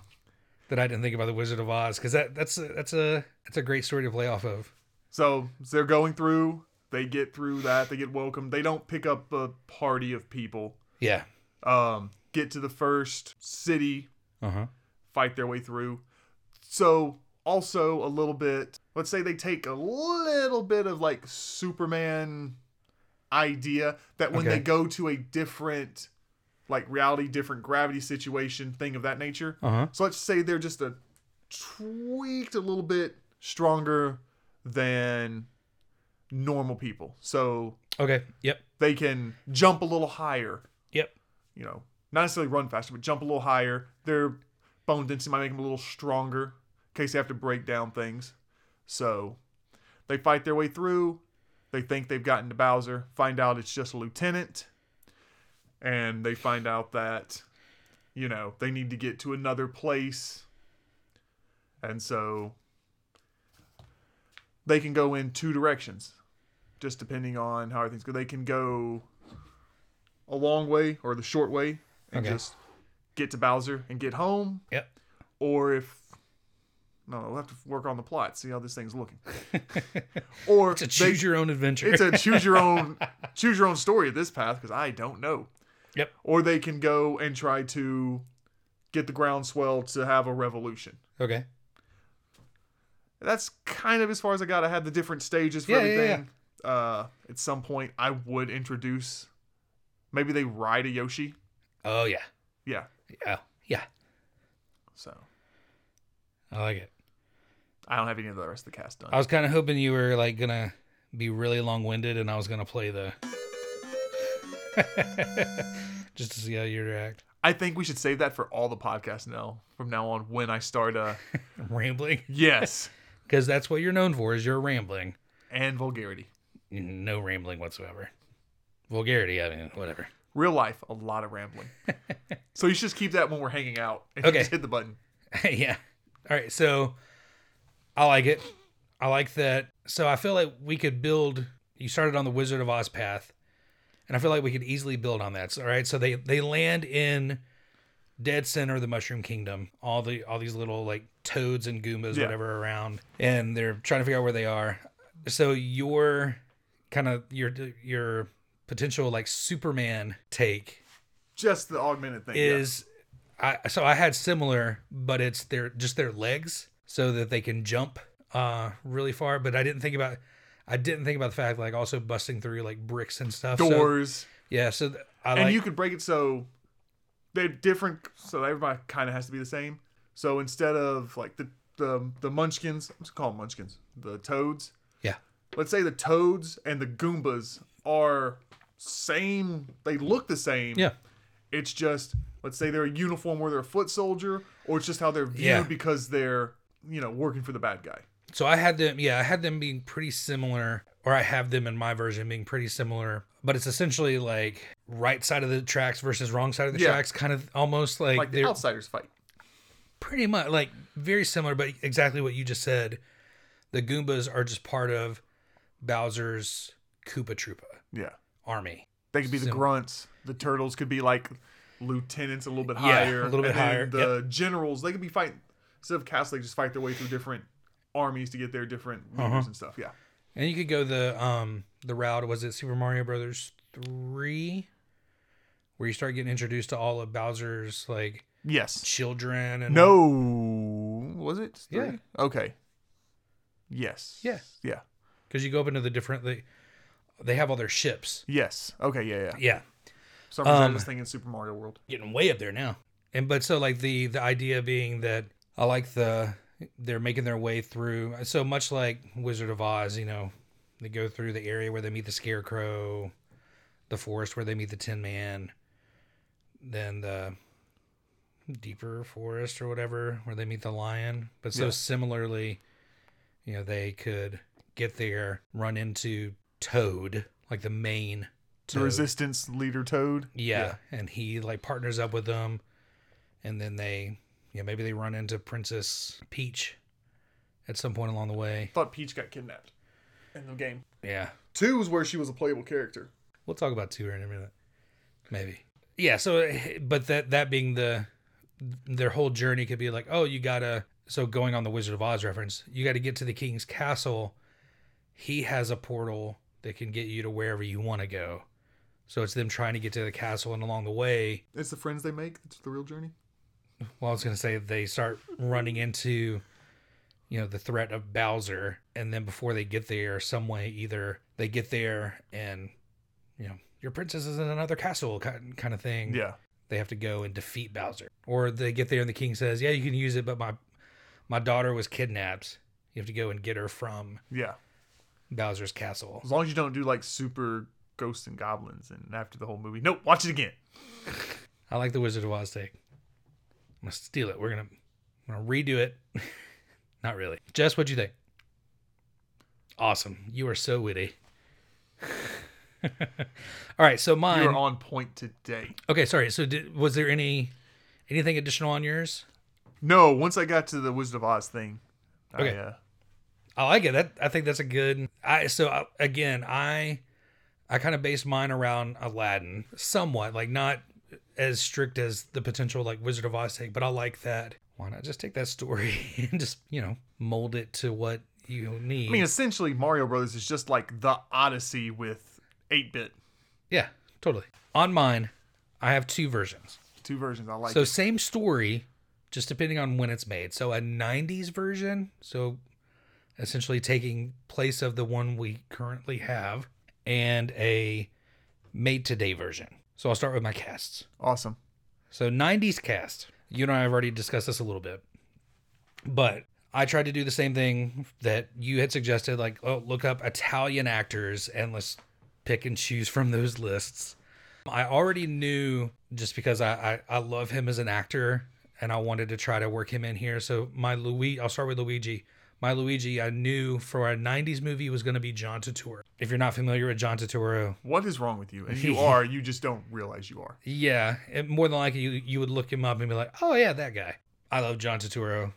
Speaker 1: that I didn't think about the Wizard of Oz because that that's a, that's a that's a great story to play off of.
Speaker 2: So they're going through. They get through that. They get welcomed. They don't pick up a party of people.
Speaker 1: Yeah.
Speaker 2: Um, get to the first city
Speaker 1: Uh
Speaker 2: Uh-huh.
Speaker 1: huh.
Speaker 2: fight their way through. So also a little bit, let's say they take a little bit of like Superman idea that when
Speaker 1: Okay.
Speaker 2: they go to a different like reality, different gravity situation, thing of that nature.
Speaker 1: Uh huh.
Speaker 2: So let's say they're just a tweaked a little bit stronger than normal people. So
Speaker 1: Okay. Yep.
Speaker 2: they can jump a little higher
Speaker 1: Yep.
Speaker 2: you know, not necessarily run faster, but jump a little higher. Their bone density might make them a little stronger in case they have to break down things. So they fight their way through. They think they've gotten to Bowser, find out it's just a lieutenant. And they find out that, you know, they need to get to another place. And so they can go in two directions, just depending on how everything's go. They can go a long way or the short way and
Speaker 1: Okay.
Speaker 2: just get to Bowser and get home.
Speaker 1: Yep.
Speaker 2: Or if no, we'll have to work on the plot, see how this thing's looking. or
Speaker 1: It's a
Speaker 2: they-
Speaker 1: choose your own adventure.
Speaker 2: it's a choose your own choose your own story at this path because I don't know.
Speaker 1: Yep.
Speaker 2: Or they can go and try to get the groundswell to have a revolution.
Speaker 1: okay.
Speaker 2: That's kind of as far as I got. I had the different stages for
Speaker 1: Yeah, yeah,
Speaker 2: everything. Uh, at some point, I would introduce. Maybe they ride a Yoshi.
Speaker 1: Oh yeah.
Speaker 2: Yeah.
Speaker 1: Yeah. Yeah.
Speaker 2: So
Speaker 1: I like it.
Speaker 2: I don't have any of the rest of the cast done.
Speaker 1: I was kind of hoping you were like gonna be really long winded, and I was gonna play the just to see how you react.
Speaker 2: I think we should save that for all the podcasts now. From now on, when I start, uh,
Speaker 1: Rambling,
Speaker 2: yes,
Speaker 1: because that's what you're known for is your rambling.
Speaker 2: and vulgarity.
Speaker 1: No rambling whatsoever. Vulgarity, I mean, whatever.
Speaker 2: Real life, a lot of rambling. so you should just keep that when we're hanging out. And
Speaker 1: Okay.
Speaker 2: Just hit the button.
Speaker 1: yeah. All right. So I like it. I like that. So I feel like we could build. You started on the Wizard of Oz path, and I feel like we could easily build on that. So, all right. So they they land in dead center of the Mushroom Kingdom. All the all these little like toads and goombas,
Speaker 2: Yeah.
Speaker 1: whatever, are around, and they're trying to figure out where they are. So your kind of your your potential like Superman take
Speaker 2: Just the augmented thing. yeah.
Speaker 1: is I so I had similar, but it's their just their legs so that they can jump uh really far. But I didn't think about I didn't think about the fact like also busting through like bricks and stuff. So-
Speaker 2: doors.
Speaker 1: yeah, so th- I
Speaker 2: and
Speaker 1: like
Speaker 2: you could break it so they're different. So everybody kind of has to be the same. So instead of like the the the Munchkins, let's call them Munchkins, the Toads.
Speaker 1: Yeah.
Speaker 2: Let's say the Toads and the Goombas are same. They look the same.
Speaker 1: Yeah.
Speaker 2: It's just let's say they're a uniform or they're a foot soldier, or it's just how they're viewed
Speaker 1: Yeah.
Speaker 2: because they're you know working for the bad guy.
Speaker 1: So I had them, yeah, I had them being pretty similar, or I have them in my version being pretty similar, but it's essentially like right side of the tracks versus wrong side of the
Speaker 2: Yeah.
Speaker 1: tracks, kind of almost like,
Speaker 2: Like the
Speaker 1: they're
Speaker 2: outsiders fight.
Speaker 1: pretty much like very similar, but exactly what you just said. The Goombas are just part of Bowser's Koopa Troopa
Speaker 2: Yeah.
Speaker 1: army.
Speaker 2: They could be the grunts. The turtles could be like lieutenants a little bit
Speaker 1: Yeah, a
Speaker 2: higher.
Speaker 1: little bit
Speaker 2: and then
Speaker 1: higher,
Speaker 2: The generals, they could be fighting instead of castle, they just fight their way through different armies to get their different
Speaker 1: Uh-huh.
Speaker 2: leaders and stuff. Yeah.
Speaker 1: And you could go the um the route was it Super Mario Brothers three, where you start getting introduced to all of Bowser's like
Speaker 2: Yes.
Speaker 1: children and
Speaker 2: No was it? Three?
Speaker 1: Yeah.
Speaker 2: Okay. Yes.
Speaker 1: Yeah.
Speaker 2: Yeah.
Speaker 1: because you go up into the different they they have all their ships.
Speaker 2: Yes. Okay, yeah, yeah.
Speaker 1: Yeah,
Speaker 2: Some reason
Speaker 1: Um,
Speaker 2: I was thinking Super Mario World.
Speaker 1: getting way up there now. And but so like the the idea being that I like the they're making their way through so much like Wizard of Oz, you know, they go through the area where they meet the scarecrow, the forest where they meet the tin man, then the deeper forest or whatever where they meet the lion. But so
Speaker 2: Yeah.
Speaker 1: similarly, you know, they could get there, run into Toad, like the main
Speaker 2: The
Speaker 1: Toad.
Speaker 2: resistance leader Toad.
Speaker 1: Yeah, and he like partners up with them, and then they, yeah, maybe they run into Princess Peach at some point along the way.
Speaker 2: Thought Peach got kidnapped in the game.
Speaker 1: Yeah,
Speaker 2: Two is where she was a playable character.
Speaker 1: we'll talk about two in a minute, maybe. Yeah. So, but that that being the their whole journey could be like, oh, you gotta. So going on the Wizard of Oz reference, you got to get to the king's castle. He has a portal that can get you to wherever you want to go. So it's them trying to get to the castle, and along the way,
Speaker 2: It's the friends they make. It's the real journey.
Speaker 1: Well, I was going to say they start running into, you know, the threat of Bowser, and then before they get there, some way either they get there and, you know, your princess is in another castle kind kind of thing.
Speaker 2: Yeah.
Speaker 1: They have to go and defeat Bowser, or they get there and the king says, "Yeah, you can use it, but my my daughter was kidnapped. You have to go and get her from
Speaker 2: Yeah.
Speaker 1: Bowser's castle."
Speaker 2: As long as you don't do like super ghosts and goblins and after the whole movie. Nope, watch it again.
Speaker 1: I like the Wizard of Oz take. I'm gonna steal it. We're gonna, I'm gonna redo it. Not really. Jess, what'd you think? Awesome. You are so witty. All right. So mine.
Speaker 2: You're on point today.
Speaker 1: okay. Sorry. So did, was there any anything additional on yours?
Speaker 2: No, once I got to the Wizard of Oz thing,
Speaker 1: Okay.
Speaker 2: I, uh,
Speaker 1: I like it. That I think that's a good. I so I, again, I I kind of based mine around Aladdin somewhat, like not as strict as the potential like Wizard of Oz take, but I like that. Why not just take that story and just you know mold it to what you need?
Speaker 2: I mean, essentially, Mario Brothers is just like the Odyssey with 8 bit.
Speaker 1: yeah, totally. On mine, I have two versions.
Speaker 2: Two versions. I like
Speaker 1: So
Speaker 2: it.
Speaker 1: same story, just depending on when it's made. So a '90s version, so essentially taking place of the one we currently have, and a made today version. So I'll start with my casts.
Speaker 2: Awesome.
Speaker 1: So 90s cast. You and I have already discussed this a little bit. But I tried to do the same thing that you had suggested like, oh, look up Italian actors and let's pick and choose from those lists. I already knew just because I, I, I love him as an actor and I wanted to try to work him in here. So my Luigi, I'll start with Luigi. My Luigi, I knew for a 90s movie was going to be John Turturro. If you're not familiar with John Turturro,
Speaker 2: What is wrong with you? If you are, you just don't realize you are.
Speaker 1: yeah, and more than likely you you would look him up and be like, "Oh yeah, that guy." I love John Turturro.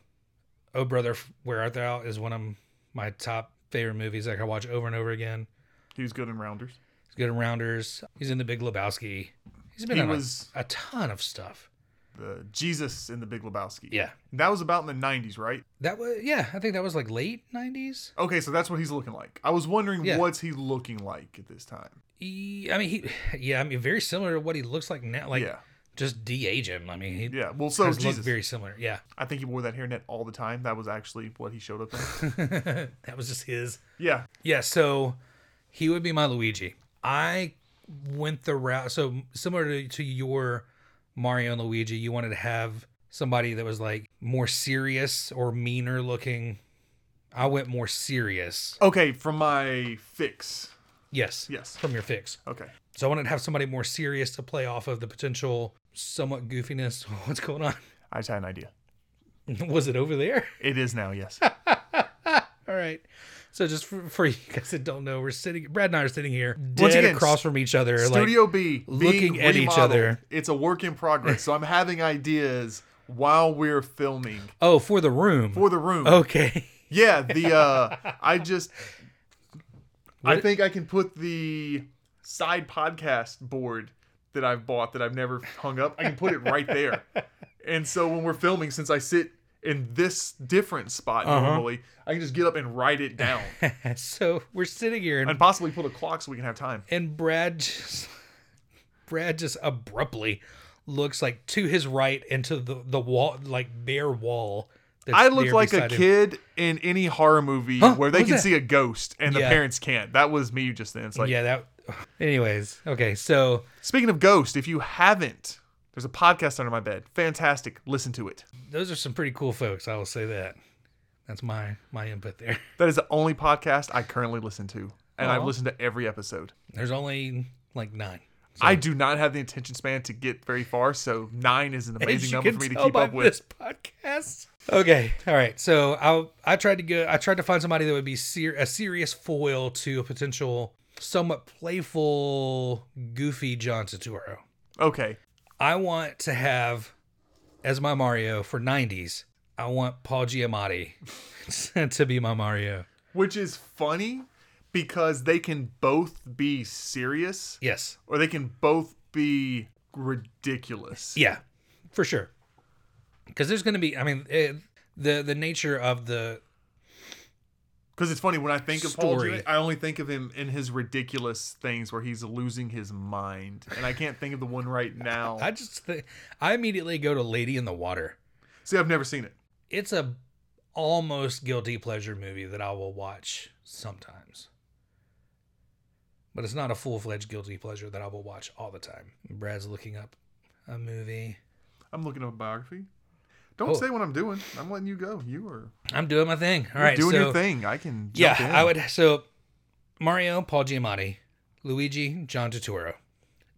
Speaker 1: Oh brother, Where Art Thou is one of my top favorite movies. Like I watch over and over again.
Speaker 2: He was good in Rounders.
Speaker 1: He's good in Rounders. He's in The Big Lebowski. He's been
Speaker 2: He
Speaker 1: in a-
Speaker 2: was
Speaker 1: a, ton of stuff.
Speaker 2: the Jesus in the Big Lebowski.
Speaker 1: Yeah,
Speaker 2: That was about in the 90s, right?
Speaker 1: that was yeah. I think that was like late nineties.
Speaker 2: Okay, so that's what he's looking like. I was wondering
Speaker 1: Yeah.
Speaker 2: what's he looking like at this time.
Speaker 1: I mean, he yeah. I mean, very similar to what he looks like now. Like
Speaker 2: yeah.
Speaker 1: just de age him. I mean, he
Speaker 2: Yeah. Well, so
Speaker 1: does look
Speaker 2: Jesus.
Speaker 1: very similar. Yeah,
Speaker 2: I think he wore that hairnet all the time. That was actually what he showed up in.
Speaker 1: that was just his.
Speaker 2: yeah.
Speaker 1: Yeah, so he would be my Luigi. I went the route so similar to, to your Mario and Luigi, you wanted to have somebody that was like more serious or meaner looking. I went more serious.
Speaker 2: Okay, from my fix.
Speaker 1: Yes.
Speaker 2: Yes.
Speaker 1: From your fix.
Speaker 2: Okay.
Speaker 1: So I wanted to have somebody more serious to play off of the potential somewhat goofiness. What's going on?
Speaker 2: I just had an idea.
Speaker 1: Was it over there?
Speaker 2: It is now, yes.
Speaker 1: All right. So just for, for you guys that don't know, we're sitting Brad and I are sitting here dead
Speaker 2: Once again,
Speaker 1: across from each other. like-
Speaker 2: Studio B
Speaker 1: looking
Speaker 2: being
Speaker 1: at each
Speaker 2: remodeled.
Speaker 1: other.
Speaker 2: It's a work in progress. So I'm having ideas while we're filming
Speaker 1: Oh, for the room.
Speaker 2: for the room.
Speaker 1: okay.
Speaker 2: Yeah, the uh I just I
Speaker 1: What-
Speaker 2: think I can put the side podcast board that I've bought that I've never hung up. I can put it right there. And so when we're filming, since I sit in this different spot
Speaker 1: Uh-huh.
Speaker 2: normally, I can just get up and write it down
Speaker 1: so we're sitting here and
Speaker 2: and possibly put a clock so we can have time.
Speaker 1: and Brad just Brad just abruptly looks like to his right into the the wall like bare wall. That's
Speaker 2: I look
Speaker 1: there
Speaker 2: like a
Speaker 1: beside him.
Speaker 2: kid in any horror movie
Speaker 1: Huh?
Speaker 2: where they
Speaker 1: What was
Speaker 2: can
Speaker 1: that?
Speaker 2: see a ghost and the
Speaker 1: Yeah.
Speaker 2: parents can't. That was me just then. It's like
Speaker 1: yeah, that. Anyways, okay, so
Speaker 2: speaking of ghost, if you haven't, there's a podcast under my bed. Fantastic. Listen to it.
Speaker 1: those are some pretty cool folks. I will say that. That's my my input there.
Speaker 2: That is the only podcast I currently listen to. And I've listened to every episode.
Speaker 1: There's only like nine.
Speaker 2: I do not have the attention span to get very far, so nine is an
Speaker 1: As
Speaker 2: amazing
Speaker 1: you
Speaker 2: number
Speaker 1: can
Speaker 2: for me to
Speaker 1: tell
Speaker 2: keep
Speaker 1: by
Speaker 2: up with.
Speaker 1: this podcast. Okay, all right. So I I tried to go. I tried to find somebody that would be ser- a serious foil to a potential, somewhat playful, goofy John Turturro.
Speaker 2: Okay.
Speaker 1: I want to have as my Mario for '90s. I want Paul Giamatti to be my Mario.
Speaker 2: Which is funny because they can both be serious
Speaker 1: Yes.
Speaker 2: or they can both be ridiculous.
Speaker 1: Yeah, for sure. Because there's going to be. I mean, it, the the nature of the
Speaker 2: Because it's funny when I think of Paul
Speaker 1: Story.
Speaker 2: Giamatti, I only think of him in his ridiculous things where he's losing his mind, and I can't think of the one right now.
Speaker 1: I just th- I immediately go to Lady in the Water.
Speaker 2: See, I've never seen it.
Speaker 1: It's a almost guilty pleasure movie that I will watch sometimes. But it's not a full-fledged guilty pleasure that I will watch all the time. Brad's looking up a movie.
Speaker 2: I'm looking up a biography. Don't
Speaker 1: Oh.
Speaker 2: say what I'm doing. I'm letting you go. You are
Speaker 1: I'm doing my thing. All
Speaker 2: you're
Speaker 1: right,
Speaker 2: doing
Speaker 1: so
Speaker 2: your thing. I can. Jump
Speaker 1: yeah,
Speaker 2: in.
Speaker 1: I would so Mario, Paul Giamatti, Luigi, John Turturro.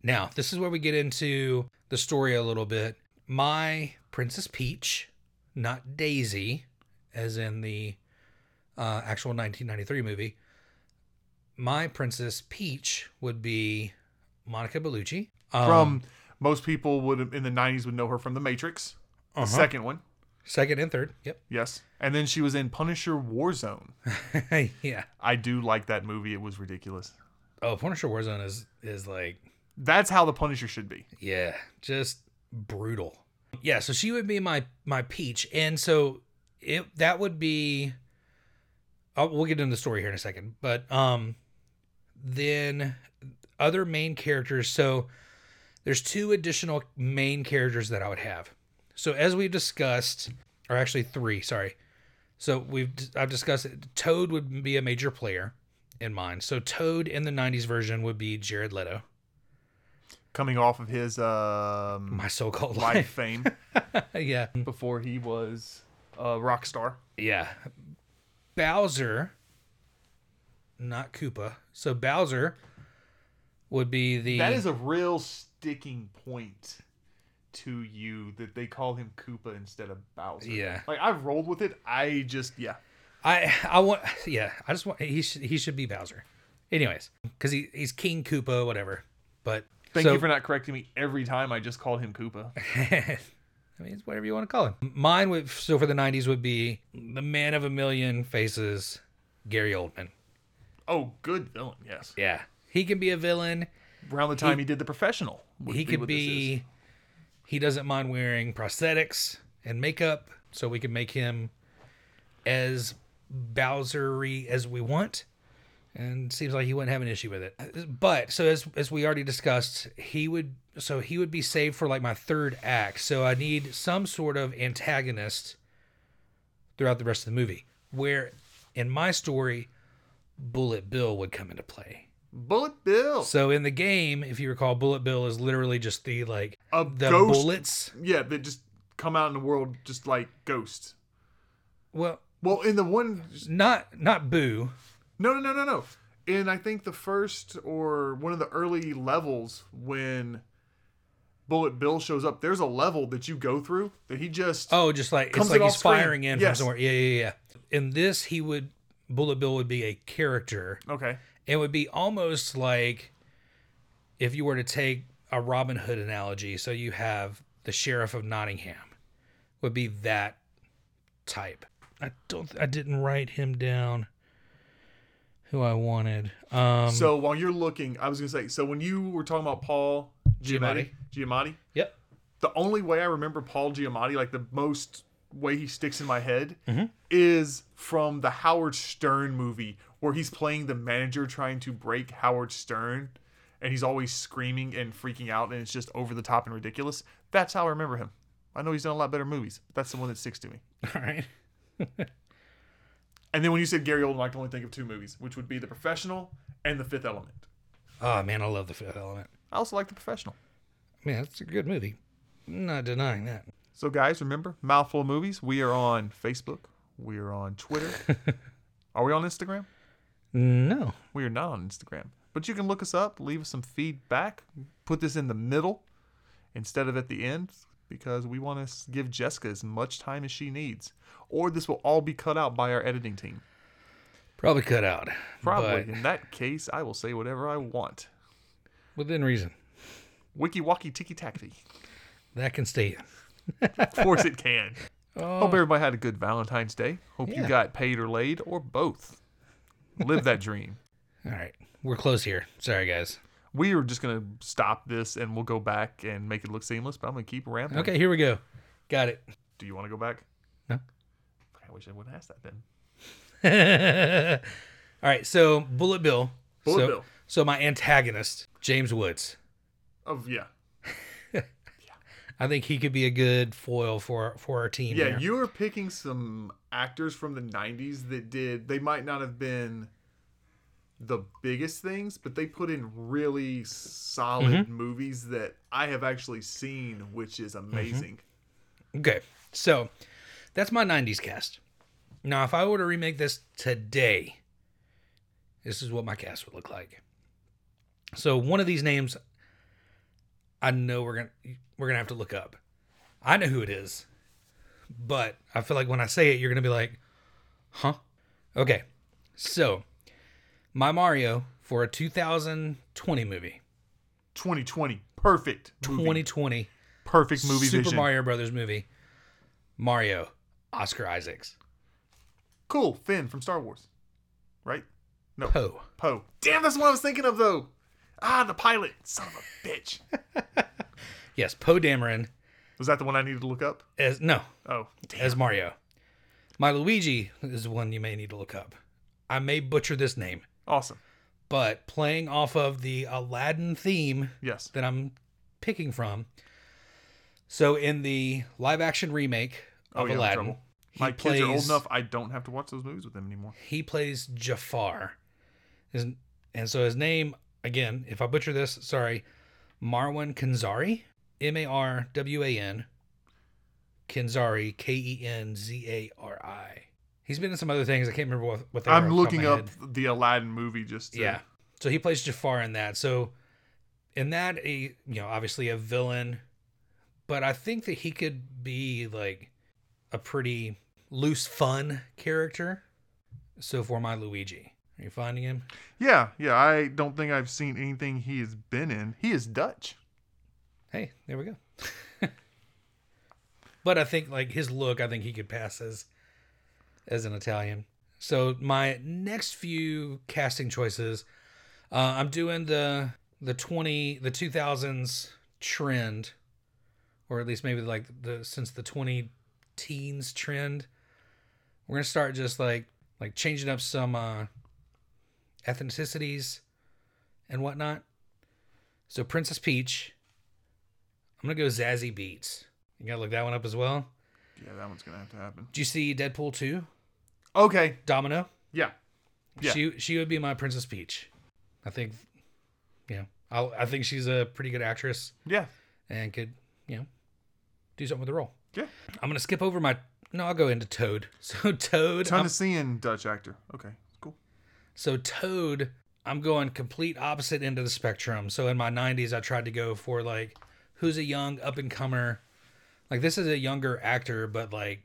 Speaker 1: Now, this is where we get into the story a little bit. My Princess Peach, not Daisy, as in the uh, actual 1993 movie. My Princess Peach would be Monica Bellucci um,
Speaker 2: From most people would in the '90s would know her from The Matrix,
Speaker 1: uh-huh,
Speaker 2: the second one.
Speaker 1: second and third. Yep.
Speaker 2: Yes, and then she was in Punisher Warzone.
Speaker 1: yeah.
Speaker 2: I do like that movie. It was ridiculous.
Speaker 1: Oh, Punisher Warzone is is like
Speaker 2: That's how the Punisher should be.
Speaker 1: Yeah, just brutal. Yeah, so she would be my my peach, and so it that would be. Oh, we'll get into the story here in a second, but um, then other main characters. So there's two additional main characters that I would have. So as we've discussed, or actually three, sorry. So we've I've discussed it. Toad would be a major player in mine. So Toad in the '90s version would be Jared Leto,
Speaker 2: Coming off of his um,
Speaker 1: my so-called
Speaker 2: life
Speaker 1: life.
Speaker 2: fame.
Speaker 1: yeah.
Speaker 2: before he was a rock star.
Speaker 1: Yeah. Bowser, not Koopa. So Bowser would be the.
Speaker 2: That is a real sticking point to you that they call him Koopa instead of Bowser.
Speaker 1: Yeah.
Speaker 2: Like I've rolled with it. I just yeah.
Speaker 1: I I want. Yeah. I just want. He should. He should be Bowser. Anyways, because he he's King Koopa, whatever. But
Speaker 2: Thank
Speaker 1: so,
Speaker 2: you for not correcting me every time I just called him Koopa.
Speaker 1: I mean, it's whatever you want to call him. Mine would so for the '90s would be the Man of a Million Faces, Gary Oldman.
Speaker 2: Oh, good villain. Yes.
Speaker 1: Yeah, he can be a villain.
Speaker 2: Around the time he, did the professional. would
Speaker 1: he could
Speaker 2: what this is.
Speaker 1: be he doesn't mind wearing prosthetics and makeup so we can make him as bowsery as we want and seems like he wouldn't have an issue with it but so as as we already discussed he would so he would be saved for like my third act so i need some sort of antagonist throughout the rest of the movie where in my story bullet bill would come into play
Speaker 2: Bullet Bill.
Speaker 1: so in the game, if you recall, Bullet Bill is literally just the like
Speaker 2: A
Speaker 1: the
Speaker 2: ghost.
Speaker 1: bullets.
Speaker 2: Yeah, that just come out in the world just like ghosts.
Speaker 1: Well,
Speaker 2: Well, in the one
Speaker 1: not not Boo.
Speaker 2: No, no, no, no, no. In I think the first or one of the early levels when Bullet Bill shows up, there's a level that you go through that he just
Speaker 1: Oh, just like
Speaker 2: Comes
Speaker 1: it's like
Speaker 2: in
Speaker 1: he's
Speaker 2: off screen.
Speaker 1: firing in from
Speaker 2: Yes.
Speaker 1: somewhere. Yeah, yeah, yeah. In this, he would Bullet Bill would be a character.
Speaker 2: okay.
Speaker 1: It would be almost like if you were to take a Robin Hood analogy. So you have the sheriff of Nottingham would be that type. I don't. I didn't write him down. Who I Um, wanted. Um,
Speaker 2: So while you're looking, I was gonna say, so when you were talking about Paul Giamatti. Giamatti.
Speaker 1: Yep.
Speaker 2: The only way I remember Paul Giamatti, like the most way he sticks in my head, is from the Howard Stern movie where he's playing the manager trying to break Howard Stern, and he's always screaming and freaking out, and it's just over the top and ridiculous. That's how I remember him. I know he's done a lot better movies, but that's the one that sticks to me.
Speaker 1: All right.
Speaker 2: And then when you said Gary Oldman, I can only think of two movies, which would be The Professional and The Fifth Element.
Speaker 1: Oh man, I love the Fifth Element.
Speaker 2: I also like The Professional.
Speaker 1: Man, that's a good movie. Not denying that.
Speaker 2: So, guys, remember Mouthful of Movies. We are on Facebook. We are on Twitter. are we on Instagram?
Speaker 1: No.
Speaker 2: We are not on Instagram. But you can look us up, leave us some feedback, put this in the middle instead of at the end because we want to give Jessica as much time as she needs. Or this will all be cut out by our editing team.
Speaker 1: Probably cut out.
Speaker 2: Probably.
Speaker 1: but
Speaker 2: In that case, I will say whatever I want.
Speaker 1: within reason.
Speaker 2: Wiki walkie tiki tacky.
Speaker 1: That can stay in.
Speaker 2: Of course it can. Hope everybody had a good Valentine's Day. Hope
Speaker 1: Oh. Yeah.
Speaker 2: you got paid or laid or both. Live that dream.
Speaker 1: All right. We're close here. Sorry guys.
Speaker 2: We are just gonna stop this and we'll go back and make it look seamless, but I'm gonna keep rambling.
Speaker 1: Okay, here we go. Got it.
Speaker 2: Do you wanna go back?
Speaker 1: No.
Speaker 2: I wish I wouldn't ask that then.
Speaker 1: All right, so Bullet Bill.
Speaker 2: Bullet
Speaker 1: so,
Speaker 2: Bill.
Speaker 1: So my antagonist, James Woods.
Speaker 2: Oh yeah.
Speaker 1: I think he could be a good foil for for our team.
Speaker 2: Yeah,
Speaker 1: here.
Speaker 2: you were picking some actors from the 90s that did, they might not have been the biggest things, but they put in really solid
Speaker 1: Mm-hmm.
Speaker 2: movies that I have actually seen, which is amazing.
Speaker 1: Okay, so that's my '90s cast. Now, if I were to remake this today, this is what my cast would look like. So one of these names, I know we're gonna we're gonna have to look up. I know who it is, but I feel like when I say it, you're gonna be like, "Huh?" Okay, so my Mario for a 2020 movie,
Speaker 2: 2020, perfect. Movie.
Speaker 1: 2020
Speaker 2: perfect movie
Speaker 1: Super
Speaker 2: vision.
Speaker 1: Mario Brothers movie, Mario, Oscar Isaacs,
Speaker 2: Cool, Finn from Star Wars, right?
Speaker 1: Poe.
Speaker 2: Poe. Damn, that's what I was thinking of though. Ah, the pilot, son of a bitch.
Speaker 1: Yes, Poe Dameron
Speaker 2: Was that the one I needed to look up?
Speaker 1: as no
Speaker 2: Oh, damn.
Speaker 1: as Mario. My Luigi is one you may need to look up. I may butcher this name,
Speaker 2: awesome.
Speaker 1: but playing off of the Aladdin theme
Speaker 2: Yes.
Speaker 1: that I'm picking from. So in the live action remake
Speaker 2: Oh,
Speaker 1: of
Speaker 2: yeah, I'm in
Speaker 1: Aladdin,
Speaker 2: trouble. My kids are old
Speaker 1: plays-
Speaker 2: enough. I don't have to watch those movies with them anymore.
Speaker 1: he plays Jafar. His, and so his name, again, if I butcher this, sorry, Marwan Kanzari, M A R W A N, Kanzari, K E N Z A R I. He's been in some other things. I can't remember what, what they were off
Speaker 2: I'm
Speaker 1: the top of
Speaker 2: looking
Speaker 1: my
Speaker 2: up
Speaker 1: head.
Speaker 2: the Aladdin movie just. To,
Speaker 1: Yeah. So he plays Jafar in that. So in that, a you know, obviously a villain, but I think that he could be like a pretty loose, fun character. So for my Luigi, are you finding him?
Speaker 2: Yeah, yeah. I don't think I've seen anything he has been in. He is Dutch.
Speaker 1: Hey, there we go. but I think like his look, I think he could pass as as an Italian. So my next few casting choices, uh, I'm doing the the twenty the two thousands trend, or at least maybe like the since the twenty teens trend. We're gonna start just like like changing up some uh, ethnicities and whatnot. So Princess Peach, I'm gonna go Zazzy Beats. You gotta look that one up as well.
Speaker 2: Yeah, that one's gonna have to happen.
Speaker 1: Do you see Deadpool 2?
Speaker 2: Okay.
Speaker 1: Domino?
Speaker 2: Yeah. Yeah.
Speaker 1: She she would be my Princess Peach. I think you know, I'll, I think she's a pretty good actress
Speaker 2: Yeah.
Speaker 1: and could, you know, do something with the role.
Speaker 2: Yeah.
Speaker 1: I'm gonna skip over my no, I'll go into Toad. So Toad I'm-
Speaker 2: Tennessean Dutch actor. Okay. Cool.
Speaker 1: So Toad, I'm going complete opposite end of the spectrum. So in my 90s, I tried to go for like who's a young up and comer. Like this is a younger actor, but like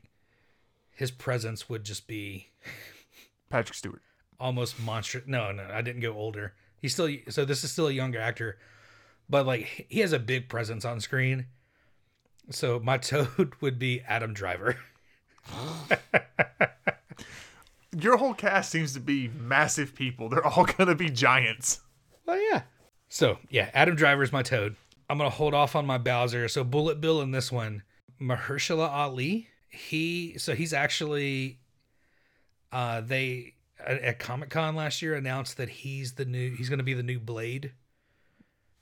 Speaker 1: his presence would just be
Speaker 2: Patrick Stewart.
Speaker 1: almost monstrous. No, no, I didn't go older. He's still so this is still a younger actor, but like he has a big presence on screen. So my Toad would be Adam Driver.
Speaker 2: Your whole cast seems to be massive people. They're all gonna be giants.
Speaker 1: Well, yeah. So yeah, Adam Driver is my Toad. I'm gonna hold off on my Bowser. So Bullet Bill in this one, Mahershala Ali. He so he's actually, uh, they at, at Comic Con last year announced that he's the new he's gonna be the new Blade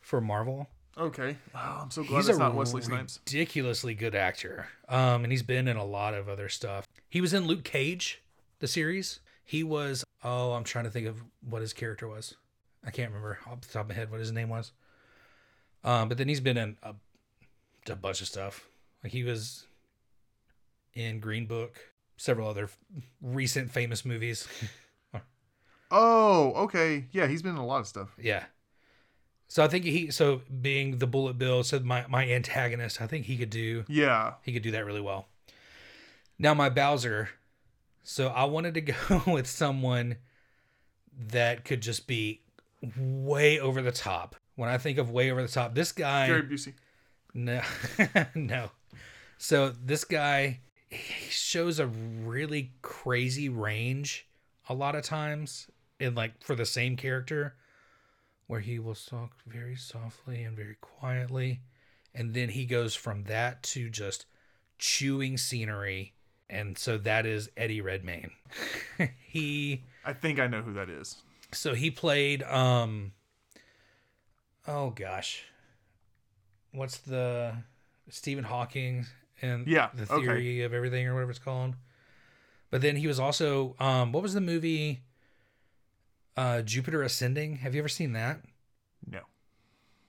Speaker 1: for Marvel.
Speaker 2: Okay. Oh, I'm so glad it's not Wesley Snipes.
Speaker 1: ridiculously good actor. Um, and he's been in a lot of other stuff. He was in Luke Cage, the series. He was oh, I'm trying to think of what his character was. I can't remember off the top of my head what his name was. Um, but then he's been in a, a bunch of stuff. Like he was in Green Book, several other f- recent famous movies.
Speaker 2: Oh, okay. Yeah, he's been in a lot of stuff.
Speaker 1: Yeah. So I think he so being the Bullet Bill, so my my antagonist, I think he could do
Speaker 2: Yeah.
Speaker 1: he could do that really well. Now my Bowser, so I wanted to go with someone that could just be way over the top. When I think of way over the top, this guy
Speaker 2: Gary Busey.
Speaker 1: no, no. So this guy he shows a really crazy range a lot of times, and like for the same character, where he will talk very softly and very quietly, and then he goes from that to just chewing scenery, and so that is Eddie Redmayne. he
Speaker 2: I think I know who that is.
Speaker 1: so he played um oh gosh. What's the Stephen Hawking and
Speaker 2: Yeah,
Speaker 1: the
Speaker 2: okay.
Speaker 1: theory of everything or whatever it's called. But then he was also um what was the movie uh Jupiter Ascending? Have you ever seen that?
Speaker 2: No.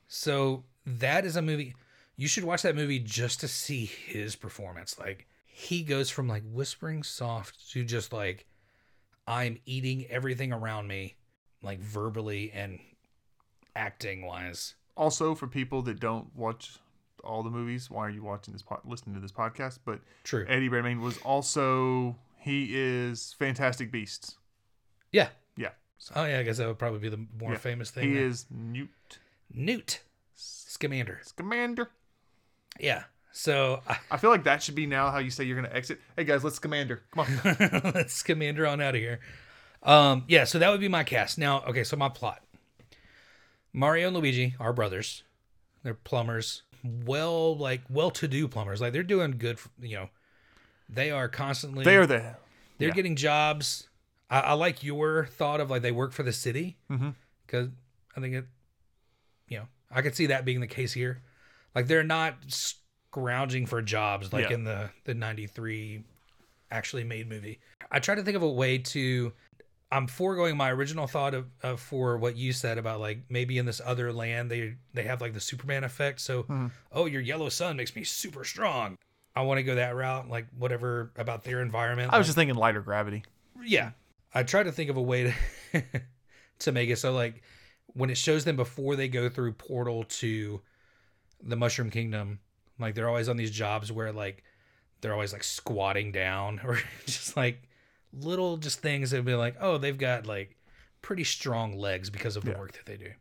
Speaker 1: So that is a movie you should watch that movie just to see his performance. Like he goes from like whispering soft to just like I'm eating everything around me, like verbally and acting wise.
Speaker 2: Also, for people that don't watch all the movies, why are you watching this? Po- listening to this podcast? But
Speaker 1: True.
Speaker 2: Eddie Redmayne was also he is Fantastic Beasts.
Speaker 1: yeah.
Speaker 2: Yeah.
Speaker 1: Oh yeah, I guess that would probably be the more
Speaker 2: Yeah.
Speaker 1: famous thing.
Speaker 2: He
Speaker 1: there.
Speaker 2: is Newt
Speaker 1: Newt Scamander.
Speaker 2: Scamander.
Speaker 1: Yeah. So I,
Speaker 2: I feel like that should be now how you say you're going to exit. Hey guys, let's Scamander. Come on.
Speaker 1: let's Scamander on out of here. Um, yeah, so that would be my cast. Now, okay, so my plot. Mario and Luigi are brothers. They're plumbers, well, like well-to-do plumbers. Like they're doing good. f- You know, they are constantly
Speaker 2: they are the
Speaker 1: they're
Speaker 2: yeah.
Speaker 1: getting jobs. I, I like your thought of like they work for the city
Speaker 2: Mm-hmm.
Speaker 1: because I think it, you know, I could see that being the case here. Like they're not scrounging for jobs like
Speaker 2: Yeah.
Speaker 1: in the the '93 actually made movie. I try to think of a way to. I'm foregoing my original thought of, of for what you said about like maybe in this other land they they have like the Superman effect. So
Speaker 2: Mm-hmm.
Speaker 1: oh, your yellow sun makes me super strong. I want to go that route, like whatever about their environment.
Speaker 2: I was just thinking lighter gravity.
Speaker 1: Yeah. I try to think of a way to to make it so like when it shows them before they go through portal to the mushroom kingdom, like they're always on these jobs where like they're always like squatting down or just like little just things that would be like, oh, they've got like pretty strong legs because of the work that they do.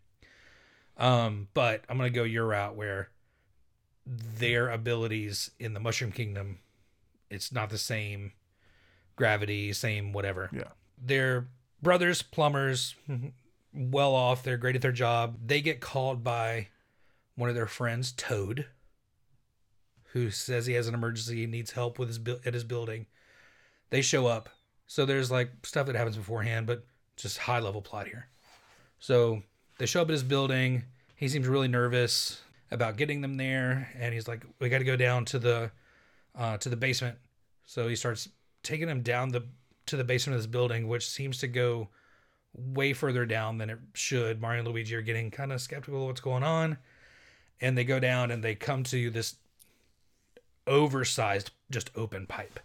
Speaker 1: Um, but I'm gonna go your route where their abilities in the mushroom kingdom, it's not the same gravity, same whatever.
Speaker 2: Yeah.
Speaker 1: They're brothers, plumbers, well off. They're great at their job. They get called by one of their friends, Toad, who says he has an emergency and needs help with his bu- at his building. They show up. So there's like stuff that happens beforehand, but just high level plot here. So they show up at his building. He seems really nervous about getting them there, and he's like, "We got to go down to the uh, to the basement." So he starts taking them down the to the basement of this building, which seems to go way further down than it should. Mario and Luigi are getting kind of skeptical of what's going on, and they go down and they come to this oversized, just open pipe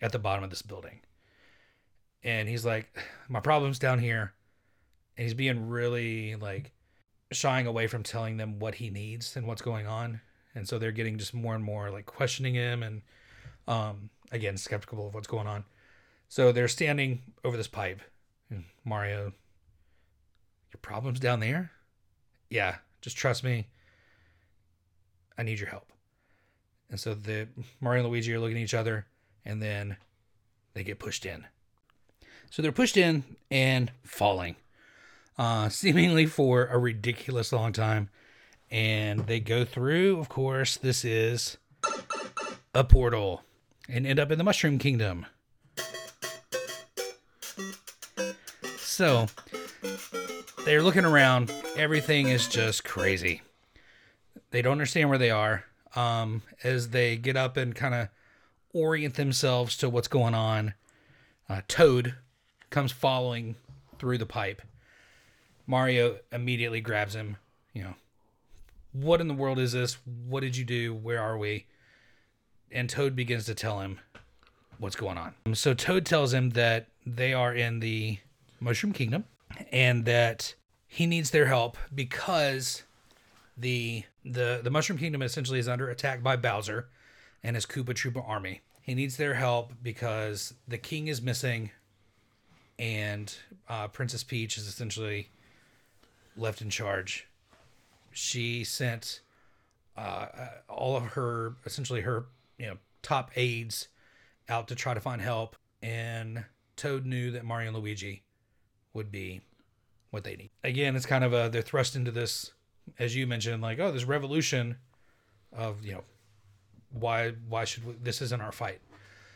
Speaker 1: at the bottom of this building. And he's like, "My problem's down here," and he's being really like shying away from telling them what he needs and what's going on. And so they're getting just more and more like questioning him and um, again skeptical of what's going on. So they're standing over this pipe. And Mario, your problem's down there? Yeah, just trust me. I need your help. And so the Mario and Luigi are looking at each other and then they get pushed in. So they're pushed in and falling. Uh seemingly for a ridiculous long time. and they go through. Of course, this is a portal and end up in the Mushroom Kingdom. So they're looking around. Everything is just crazy. They don't understand where they are. Um, as they get up and kind of orient themselves to what's going on, uh, Toad comes following through the pipe. Mario immediately grabs him. You know, what in the world is this? What did you do? Where are we? And Toad begins to tell him what's going on. Um, So Toad tells him that they are in the Mushroom Kingdom and that he needs their help because the the the Mushroom Kingdom essentially is under attack by Bowser and his Koopa Troopa army. He needs their help because the king is missing, and uh, Princess Peach is essentially left in charge. She sent uh, uh, all of her essentially her you know top aides out to try to find help, and Toad knew that Mario and Luigi would be what they need. Again, it's kind of a they're thrust into this, as you mentioned, like oh this revolution of you know why why should we, this isn't our fight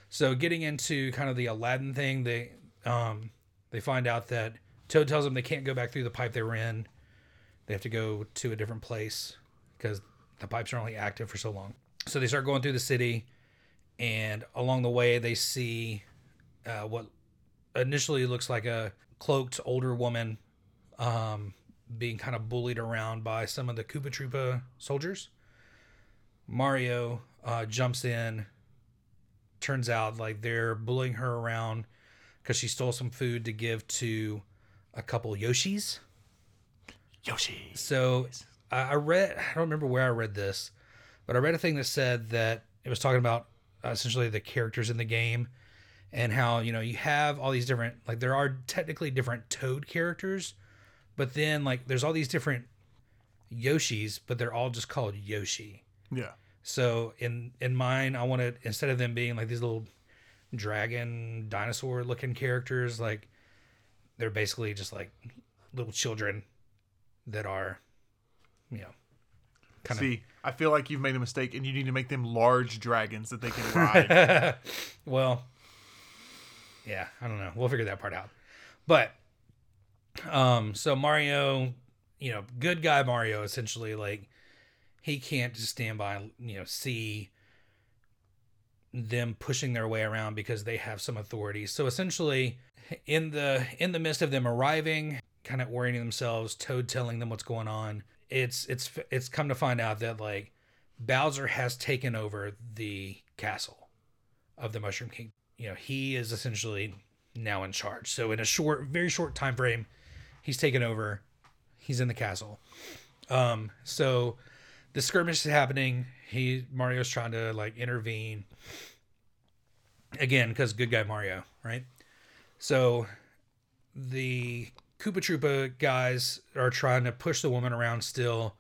Speaker 1: so getting into kind of the aladdin thing they um they find out that toad tells them they can't go back through the pipe they were in they have to go to a different place because the pipes are only active for so long so they start going through the city and along the way they see uh, what initially looks like a cloaked older woman um, being kind of bullied around by some of the Koopa Troopa soldiers. Mario uh, jumps in. Turns out like they're bullying her around because she stole some food to give to a couple Yoshis.
Speaker 2: Yoshi.
Speaker 1: So I I read, I don't remember where I read this, but I read a thing that said that it was talking about uh, essentially the characters in the game and how, you know, you have all these different, like, there are technically different Toad characters, but then, like, there's all these different Yoshis, but they're all just called Yoshi.
Speaker 2: Yeah.
Speaker 1: So in in mine, I wanted instead of them being like these little dragon dinosaur looking characters, like they're basically just like little children that are, you know, kind of
Speaker 2: See, I feel like you've made a mistake, and you need to make them large dragons that they can ride.
Speaker 1: well, yeah, I don't know. We'll figure that part out. But um so Mario, you know, good guy Mario essentially like he can't just stand by, and, you know, see them pushing their way around because they have some authority. So essentially in the in the midst of them arriving, kind of orienting themselves, Toad telling them what's going on, it's it's it's come to find out that like Bowser has taken over the castle of the Mushroom King. You know, he is essentially now in charge. So in a short, very short time frame, he's taken over. He's in the castle. Um, so the skirmish is happening. He Mario's trying to like intervene again because good guy Mario, right? So the Koopa Troopa guys are trying to push the woman around still.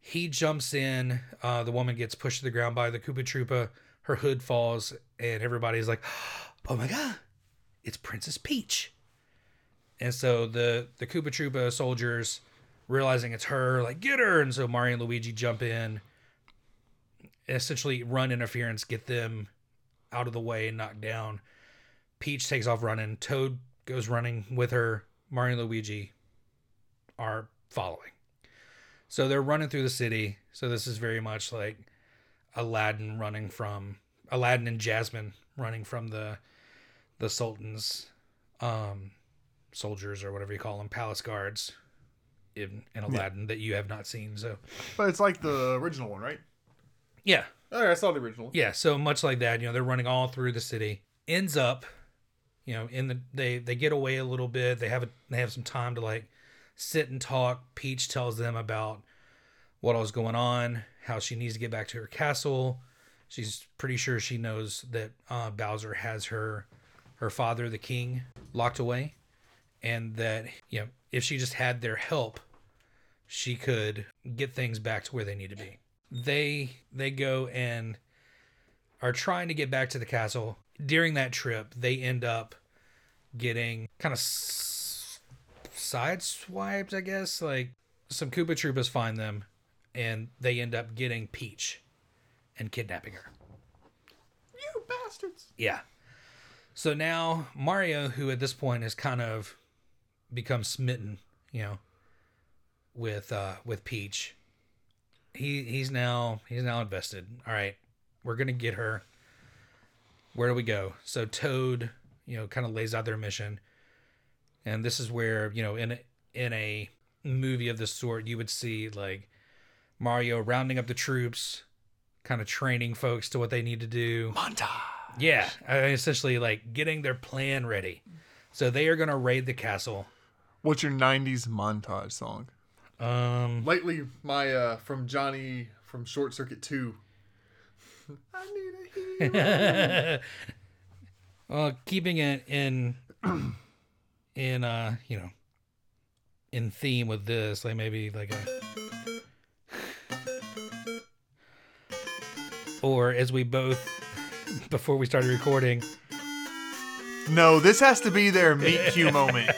Speaker 1: He jumps in. Uh, the woman gets pushed to the ground by the Koopa Troopa. Her hood falls, and everybody's like, "Oh my god, it's Princess Peach!" And so the the Koopa Troopa soldiers, realizing it's her, like get her. And so Mario and Luigi jump in, essentially run interference, get them out of the way and knocked down. Peach takes off running. Toad goes running with her. Mario and Luigi are following. So they're running through the city. So this is very much like Aladdin running from Aladdin and Jasmine running from the the Sultan's um, soldiers or whatever you call them, palace guards in, in Aladdin that you have not seen. So
Speaker 2: but it's like the original one, right?
Speaker 1: yeah,
Speaker 2: All right, Oh, I saw the original.
Speaker 1: Yeah, so much like that, you know, they're running all through the city. Ends up, you know, in the they they get away a little bit. They have a, they have some time to like sit and talk. Peach tells them about what was going on, how she needs to get back to her castle. She's pretty sure she knows that uh, Bowser has her her father, the king, locked away, and that you know if she just had their help, she could get things back to where they need to be. They they go and are trying to get back to the castle. During that trip, they end up getting kind of s- sideswiped, I guess. Like some Koopa Troopas find them and they end up getting Peach and kidnapping her.
Speaker 2: You bastards.
Speaker 1: Yeah. So now Mario, who at this point has kind of become smitten, you know, with uh with Peach, he he's now he's now invested. All right, we're gonna get her. Where do we go? So Toad, you know, kind of lays out their mission, and this is where you know in a, in a movie of this sort you would see like Mario rounding up the troops, kind of training folks to what they need to do.
Speaker 2: Montage.
Speaker 1: Yeah, I mean, essentially like getting their plan ready. So they are going to raid the castle.
Speaker 2: What's your '90s montage song?
Speaker 1: Um,
Speaker 2: Lately, my uh, from Johnny from Short Circuit Two. I need a hero.
Speaker 1: well, keeping it in in uh, you know, in theme with this, like maybe like a or as we both before we started recording,
Speaker 2: no, this has to be their meet cue moment.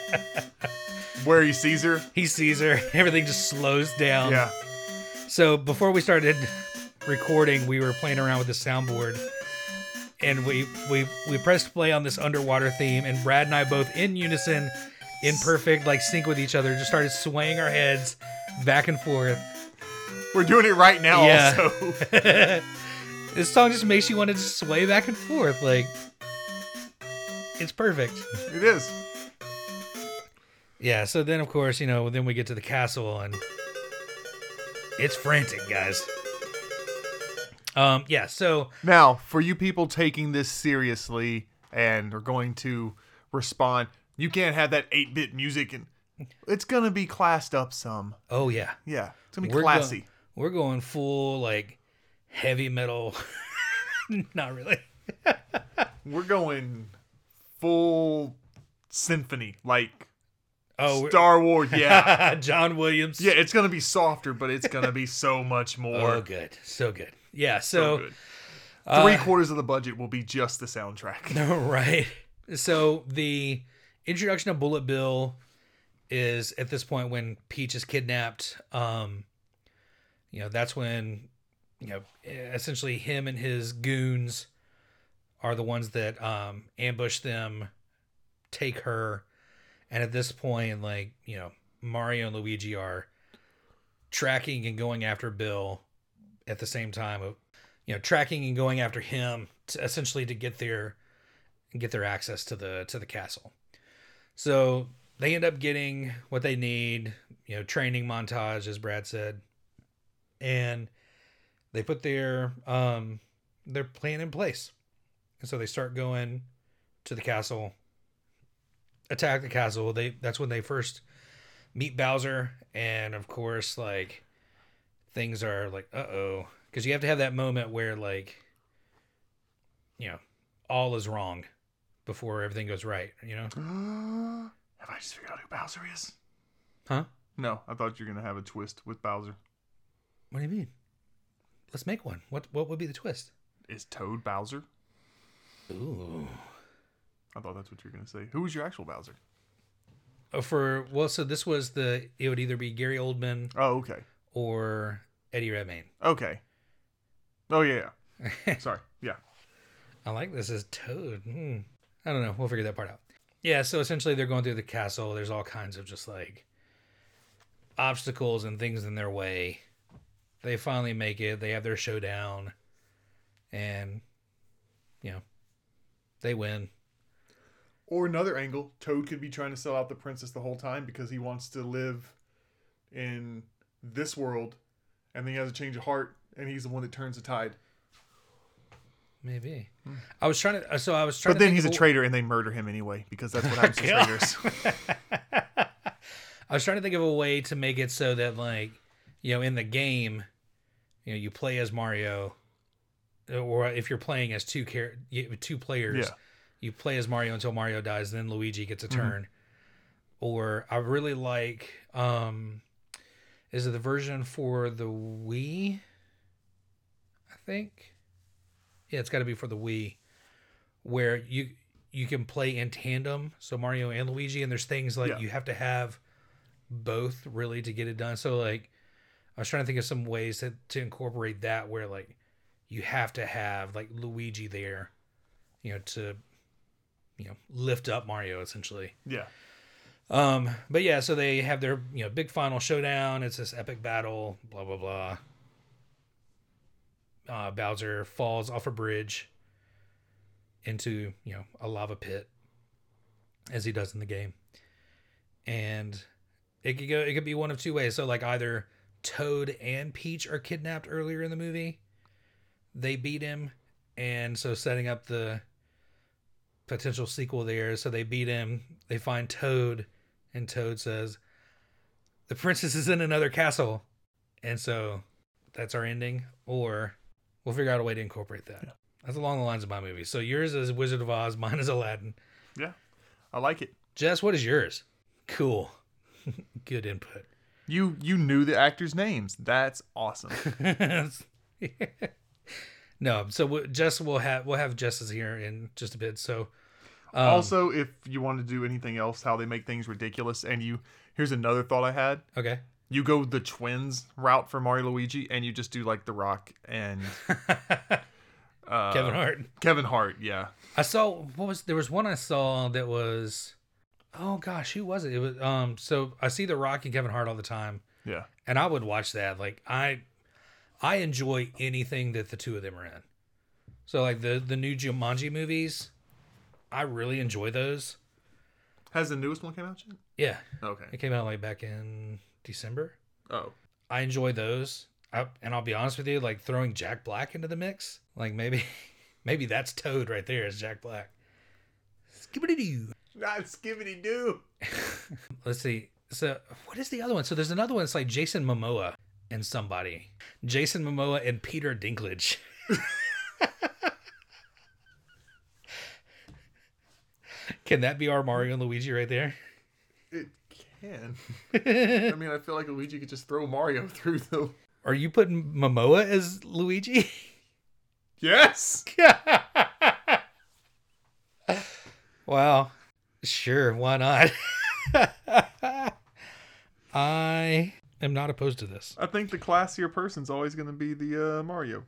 Speaker 2: Where he sees her.
Speaker 1: he sees her, everything just slows down.
Speaker 2: Yeah.
Speaker 1: So before we started recording, we were playing around with the soundboard, and we we we pressed play on this underwater theme, and Brad and I both in unison, in perfect like sync with each other, just started swaying our heads back and forth.
Speaker 2: We're doing it right now.
Speaker 1: Yeah.
Speaker 2: Also.
Speaker 1: This song just makes you want to just sway back and forth, like it's perfect.
Speaker 2: it is.
Speaker 1: Yeah. So then, of course, you know, then we get to the castle, and it's frantic, guys. Um. Yeah. So.
Speaker 2: Now, for you people taking this seriously and are going to respond, you can't have that 8 bit music and it's going to be classed up some.
Speaker 1: Oh yeah.
Speaker 2: Yeah. It's going to be
Speaker 1: We're go-
Speaker 2: classy.
Speaker 1: we're going full like heavy metal. Not really.
Speaker 2: We're going full symphony, like
Speaker 1: Oh, we're-
Speaker 2: Star Wars. Yeah.
Speaker 1: John Williams.
Speaker 2: yeah, it's going to be softer, but it's going to be so much more.
Speaker 1: Oh, good. So good. Yeah.
Speaker 2: So
Speaker 1: So, uh,
Speaker 2: good. Three quarters of the budget will be just the soundtrack.
Speaker 1: right. So the introduction of Bullet Bill is at this point when Peach is kidnapped. Um, you know, that's when you know essentially him and his goons are the ones that um ambush them, take her, and at this point, like you know, Mario and Luigi are tracking and going after Bill at the same time of you know tracking and going after him to, essentially to get their get their access to the to the castle. So they end up getting what they need, you know, training montage as Brad said. And they put their um their plan in place. And so they start going to the castle, attack the castle. They that's when they first meet Bowser and of course like things are like uh-oh because you have to have that moment where like you know all is wrong before everything goes right, you know?
Speaker 2: have I just figured out who Bowser is?
Speaker 1: Huh?
Speaker 2: No, I thought you were going to have a twist with Bowser.
Speaker 1: What do you mean? Let's make one. What what would be the twist?
Speaker 2: Is Toad Bowser?
Speaker 1: Ooh.
Speaker 2: I thought that's what you were gonna say. Who was your actual Bowser?
Speaker 1: Uh, For well, so this was the it would either be Gary Oldman
Speaker 2: Oh, okay,
Speaker 1: or Eddie Redmayne.
Speaker 2: okay. Oh yeah, yeah. sorry, yeah.
Speaker 1: I like this as Toad. Hmm. I don't know. We'll figure that part out. Yeah, so essentially they're going through the castle. There's all kinds of just like obstacles and things in their way. They finally make it. They have their showdown. And, you know, they win.
Speaker 2: Or another angle, Toad could be trying to sell out the princess the whole time because he wants to live in this world, and then he has a change of heart, and he's the one that turns the tide.
Speaker 1: Maybe. I was trying to. uh, So I was trying
Speaker 2: Hmm.
Speaker 1: to.
Speaker 2: But then
Speaker 1: think
Speaker 2: he's a
Speaker 1: of
Speaker 2: traitor, and they murder him anyway because that's what happens to
Speaker 1: God.
Speaker 2: traitors.
Speaker 1: I was trying to think of a way to make it so that like you know in the game you know you play as Mario uh, or if you're playing as two char- you- two players
Speaker 2: Yeah.
Speaker 1: you play as Mario until Mario dies then Luigi gets a turn or I really like um is it the version for the Wii I think yeah it's got to be for the Wii where you you can play in tandem so Mario and Luigi and there's things like
Speaker 2: Yeah.
Speaker 1: you have to have both really to get it done. So like I was trying to think of some ways that to incorporate that where like you have to have like Luigi there, you know, to you know lift up Mario essentially.
Speaker 2: Yeah.
Speaker 1: Um, but yeah, so they have their you know big final showdown. It's this epic battle. Blah blah blah. Uh, Bowser falls off a bridge into you know a lava pit, as he does in the game, and it could go. It could be one of two ways. So like either Toad and Peach are kidnapped earlier in the movie. They beat him, and so setting up the potential sequel there. So they beat him. They find Toad, and Toad says, "The princess is in another castle," and so that's our ending. Or we'll figure out a way to incorporate that. That's along the lines of my movie. So yours is Wizard of Oz. Mine is Aladdin.
Speaker 2: Yeah. I like it.
Speaker 1: Jess, what is yours? Cool. Good input.
Speaker 2: You you knew the actors' names. That's awesome.
Speaker 1: no, so we, Jess will have we'll have Jess's here in just a bit. So Um,
Speaker 2: also, if you want to do anything else, how they make things ridiculous, and you here's another thought I had.
Speaker 1: okay.
Speaker 2: You go the twins route for Mario Luigi, and you just do like The Rock and uh,
Speaker 1: Kevin Hart.
Speaker 2: Kevin Hart. Yeah,
Speaker 1: I saw what was there was one I saw that was oh gosh, who was it? It was um so I see The Rock and Kevin Hart all the time
Speaker 2: yeah,
Speaker 1: and I would watch that. Like I I enjoy anything that the two of them are in. So like the the new Jumanji movies, I really enjoy those.
Speaker 2: Has the newest one came out yet?
Speaker 1: Yeah. It
Speaker 2: Okay.
Speaker 1: came out like back in December.
Speaker 2: Oh,
Speaker 1: I enjoy those. I, and I'll be honest with you, like throwing Jack Black into the mix, like maybe maybe that's Toad right there is Jack Black. Skibbity doo.
Speaker 2: not Skibbity Doo.
Speaker 1: Let's see. So what is the other one? So there's another one. It's like Jason Momoa and somebody. Jason Momoa and Peter Dinklage. Can that be our Mario and Luigi right there?
Speaker 2: It can. I mean, I feel like Luigi could just throw Mario through the.
Speaker 1: Are you putting Momoa as Luigi?
Speaker 2: Yes.
Speaker 1: wow. Sure, why not? I am not opposed to this.
Speaker 2: I think the classier person's always going to be the uh, Mario.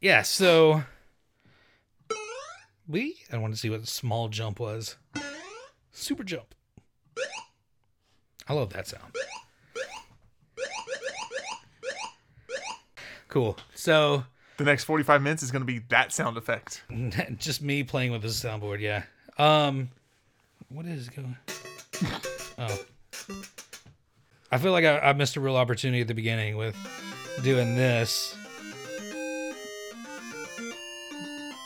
Speaker 1: Yeah, so we I want to see what small jump was. Super jump. I love that sound. Cool. So
Speaker 2: The next 45 minutes is going to be that sound effect.
Speaker 1: just me playing with this soundboard, yeah. Um what is going Oh. I feel like I, I missed a real opportunity at the beginning with doing this.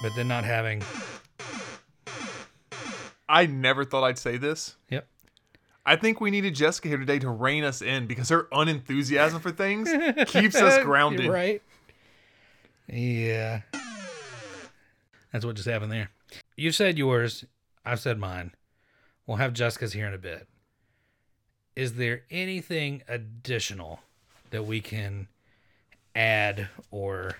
Speaker 1: But then not having
Speaker 2: I never thought I'd say this.
Speaker 1: Yep.
Speaker 2: I think we needed Jessica here today to rein us in because her unenthusiasm for things keeps us grounded.
Speaker 1: You're right? Yeah. That's what just happened there. You said yours. I've said mine. We'll have Jessica's here in a bit. Is there anything additional that we can add or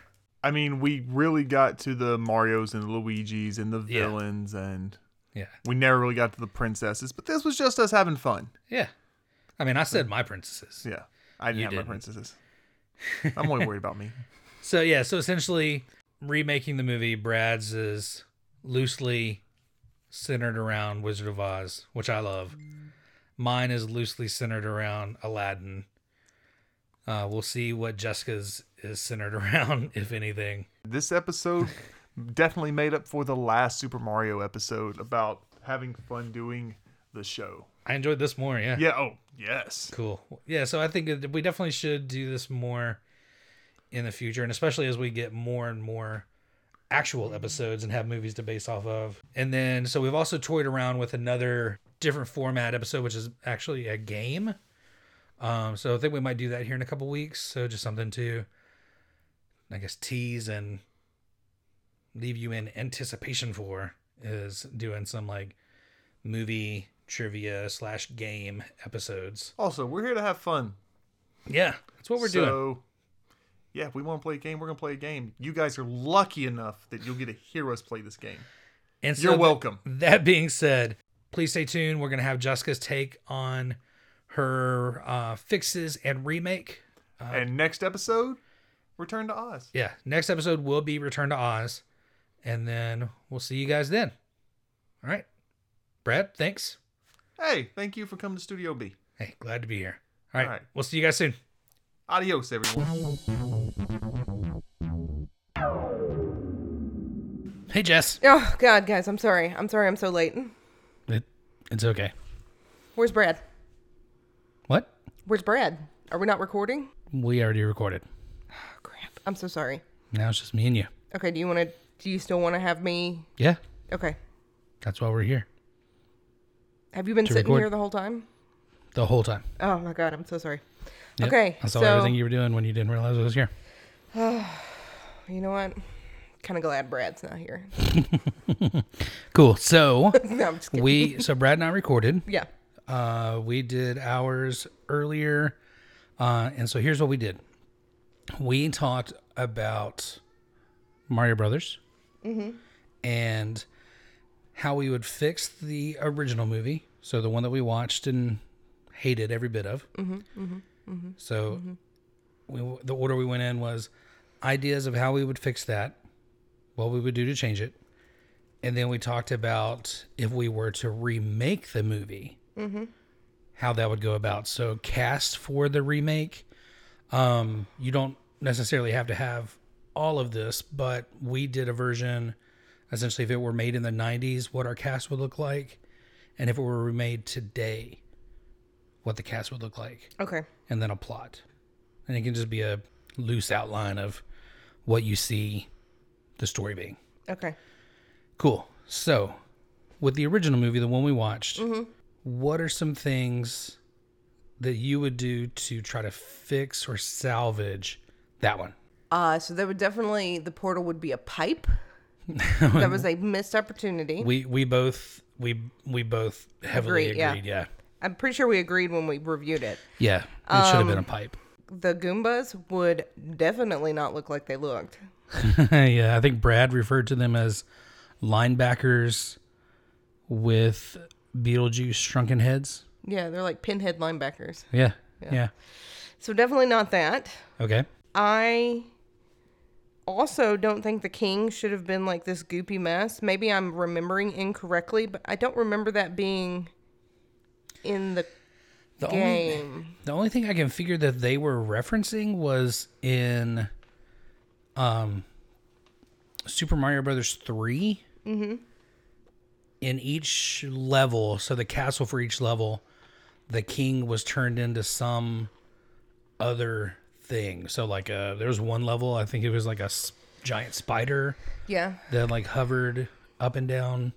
Speaker 2: I mean, we really got to the Marios and Luigi's and the
Speaker 1: Yeah.
Speaker 2: villains, and
Speaker 1: yeah.
Speaker 2: we never really got to the princesses, but this was just us having fun.
Speaker 1: Yeah. I mean, I said my princesses.
Speaker 2: Yeah. I didn't
Speaker 1: You
Speaker 2: have
Speaker 1: didn't.
Speaker 2: my princesses. I'm only worried about me.
Speaker 1: So yeah, so essentially remaking the movie Brad's is loosely centered around Wizard of Oz, which I love. Mine is loosely centered around Aladdin. Uh, we'll see what Jessica's is centered around, if anything.
Speaker 2: This episode definitely made up for the last Super Mario episode about having fun doing the show.
Speaker 1: I enjoyed this more, yeah.
Speaker 2: Yeah. Oh, yes.
Speaker 1: Cool. Yeah, so I think that we definitely should do this more in the future, and especially as we get more and more actual episodes and have movies to base off of. And then, so we've also toyed around with another different format episode, which is actually a game. Um, so I think we might do that here in a couple weeks. So just something to, I guess, tease and leave you in anticipation for is doing some like movie trivia slash game episodes.
Speaker 2: Also, we're here to have fun.
Speaker 1: Yeah, that's what we're
Speaker 2: so,
Speaker 1: doing.
Speaker 2: yeah, if we want to play a game, we're going to play a game. You guys are lucky enough that you'll get to hear us play this game.
Speaker 1: And so
Speaker 2: You're
Speaker 1: th-
Speaker 2: welcome.
Speaker 1: That being said, please stay tuned. We're gonna have Jessica's take on her uh, fixes and remake.
Speaker 2: and next episode, Return to Oz.
Speaker 1: Yeah, next episode will be Return to Oz, and then we'll see you guys then. All right, Brad, thanks.
Speaker 2: Hey, thank you for coming to Studio B.
Speaker 1: Hey, glad to be here. All right,
Speaker 2: All right.
Speaker 1: we'll see you guys soon.
Speaker 2: Adios, everyone.
Speaker 1: Hey, Jess.
Speaker 3: Oh God, guys, I'm sorry. I'm sorry. I'm so late.
Speaker 1: It, it's okay.
Speaker 3: Where's Brad?
Speaker 1: What?
Speaker 3: Where's Brad? Are we not recording?
Speaker 1: We already recorded.
Speaker 3: Oh crap. I'm so sorry.
Speaker 1: Now it's just me and you.
Speaker 3: Okay. Do you want to? Do you still want to have me?
Speaker 1: Yeah,
Speaker 3: Okay.
Speaker 1: that's why we're here
Speaker 3: Have you been
Speaker 1: To
Speaker 3: sitting
Speaker 1: record.
Speaker 3: here the whole time?
Speaker 1: the whole time.
Speaker 3: Oh my God, I'm so sorry.
Speaker 1: Yep,
Speaker 3: Okay.
Speaker 1: I saw
Speaker 3: so
Speaker 1: everything you were doing when you didn't realize I was here.
Speaker 3: you know what? Kind of glad Brad's not here.
Speaker 1: Cool. So
Speaker 3: no, I'm just kidding.
Speaker 1: we, so Brad and I recorded.
Speaker 3: yeah.
Speaker 1: Uh, we did ours earlier. Uh, and so here's what we did we talked about Mario Brothers and how we would fix the original movie. So the one that we watched and hated every bit of. So we, the order we went in was ideas of how we would fix that, what we would do to change it. And then we talked about if we were to remake the movie, how that would go about. So cast for the remake. Um, you don't necessarily have to have all of this, but we did a version essentially if it were made in the 90s, what our cast would look like, and if it were remade today, what the cast would look like,
Speaker 3: Okay.
Speaker 1: and then a plot. And it can just be a loose outline of what you see the story being.
Speaker 3: Okay.
Speaker 1: Cool. So, with the original movie, the one we watched,
Speaker 3: Mm-hmm.
Speaker 1: what are some things that you would do to try to fix or salvage that one?
Speaker 3: Uh, so there would definitely the portal would be a pipe. that was a missed opportunity.
Speaker 1: We we both we we both heavily
Speaker 3: Mm. Agreed, yeah.
Speaker 1: agreed. Yeah,
Speaker 3: I'm pretty sure we agreed when we reviewed it.
Speaker 1: yeah. It should have been
Speaker 3: Um,
Speaker 1: a pipe.
Speaker 3: The Goombas would definitely not look like they looked.
Speaker 1: yeah, I think Brad referred to them as linebackers with Beetlejuice shrunken heads.
Speaker 3: Yeah, they're like pinhead linebackers.
Speaker 1: Yeah, yeah.
Speaker 3: So definitely not that.
Speaker 1: Okay.
Speaker 3: I also don't think the king should have been like this goopy mess. Maybe I'm remembering incorrectly, but I don't remember that being in the
Speaker 1: The only
Speaker 3: game.
Speaker 1: The only thing I can figure that they were referencing was in um Super Mario Brothers 3. Mm-hmm. In each level, so the castle for each level, the king was turned into some other thing. So like uh there was one level, I think it was like a s- giant spider
Speaker 3: Yeah.
Speaker 1: that like hovered up and down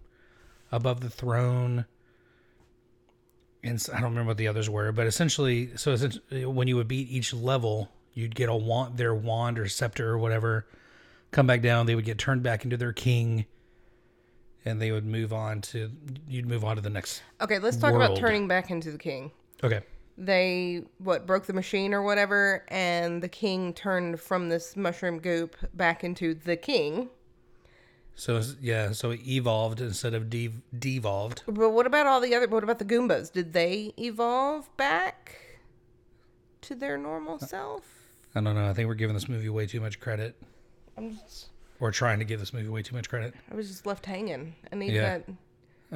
Speaker 1: above the throne. And s- I don't remember what the others were, but essentially, so essentially, when you would beat each level, you'd get a want their wand or scepter or whatever, come back down. They would get turned back into their king, and they would move on to you'd move on to the next.
Speaker 3: Okay, let's talk about
Speaker 1: World.
Speaker 3: turning back into the king.
Speaker 1: Okay,
Speaker 3: They what broke the machine or whatever, and the king turned from this mushroom goop back into the king.
Speaker 1: so it's- yeah, so it evolved instead of de- devolved.
Speaker 3: But what about all the other? What about the Goombas? Did they evolve back to their normal self?
Speaker 1: I don't know. I think we're giving this movie way too much credit,
Speaker 3: I'm just,
Speaker 1: or trying to give this movie way too much credit.
Speaker 3: I was just left hanging. I need
Speaker 1: Yeah.
Speaker 3: that.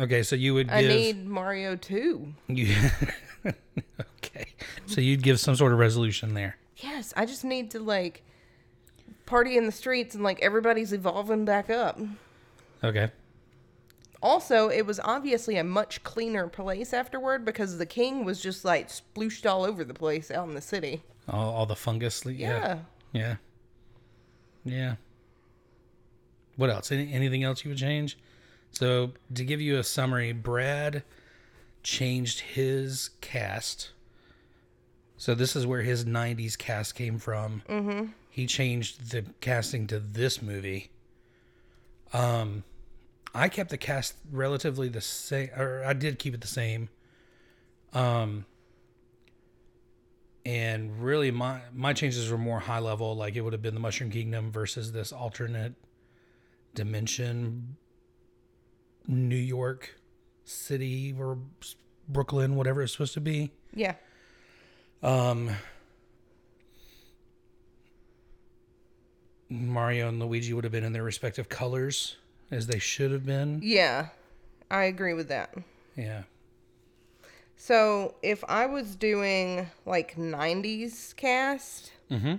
Speaker 1: Okay, so you would give.
Speaker 3: I need Mario two.
Speaker 1: You okay? So you'd give some sort of resolution there.
Speaker 3: Yes, I just need to like party in the streets and like everybody's evolving back up.
Speaker 1: Okay.
Speaker 3: Also, it was obviously a much cleaner place afterward because the king was just like splooshed all over the place out in the city.
Speaker 1: All, all the fungus. le- Yeah.
Speaker 3: Yeah.
Speaker 1: Yeah. Yeah. What else? Any, anything else you would change? So to give you a summary, Brad changed his cast. So this is where his '90s cast came from. Mm-hmm. He changed the casting to this movie. Um, I kept the cast relatively the same, or I did keep it the same. Um, and really, my my changes were more high level. Like it would have been the Mushroom Kingdom versus this alternate dimension, New York City or Brooklyn, whatever it's supposed to be
Speaker 3: Yeah.
Speaker 1: Um, Mario and Luigi would have been in their respective colors as they should have been.
Speaker 3: Yeah, I agree with that.
Speaker 1: Yeah.
Speaker 3: So if I was doing like 90s cast
Speaker 1: Mm-hmm.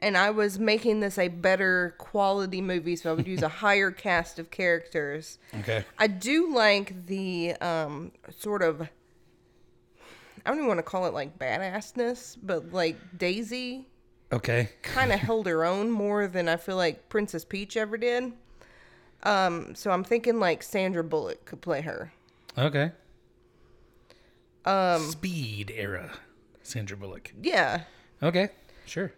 Speaker 3: and I was making this a better quality movie, so I would use a higher cast of characters.
Speaker 1: Okay.
Speaker 3: I do like the um, sort of, I don't even want to call it like badassness, but like Daisy
Speaker 1: Okay.
Speaker 3: kind of held her own more than I feel like Princess Peach ever did. Um, so I'm thinking like Sandra Bullock could play her.
Speaker 1: Okay. Um, Speed era, Sandra Bullock.
Speaker 3: Yeah.
Speaker 1: Okay. Sure.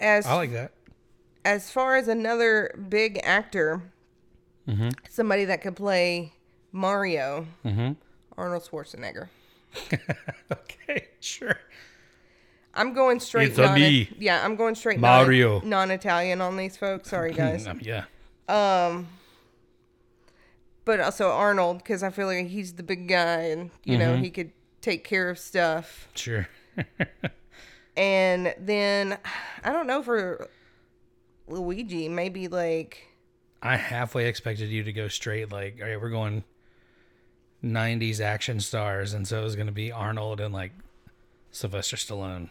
Speaker 3: As
Speaker 1: I like that.
Speaker 3: as far as another big actor,
Speaker 1: Mm-hmm.
Speaker 3: somebody that could play Mario,
Speaker 1: Mm-hmm.
Speaker 3: Arnold Schwarzenegger.
Speaker 1: Okay. Sure.
Speaker 3: I'm going straight.
Speaker 1: It's a me.
Speaker 3: Yeah, I'm going straight.
Speaker 1: Mario.
Speaker 3: Non- non-Italian on these folks. Sorry, guys.
Speaker 1: Um, yeah.
Speaker 3: But also Arnold, because I feel like he's the big guy, and you
Speaker 1: Mm-hmm.
Speaker 3: know he could take care of stuff.
Speaker 1: Sure.
Speaker 3: And then I don't know for Luigi, maybe like
Speaker 1: I halfway expected you to go straight like, all right, we're going 90s action stars, and so it was going to be Arnold and like Sylvester Stallone.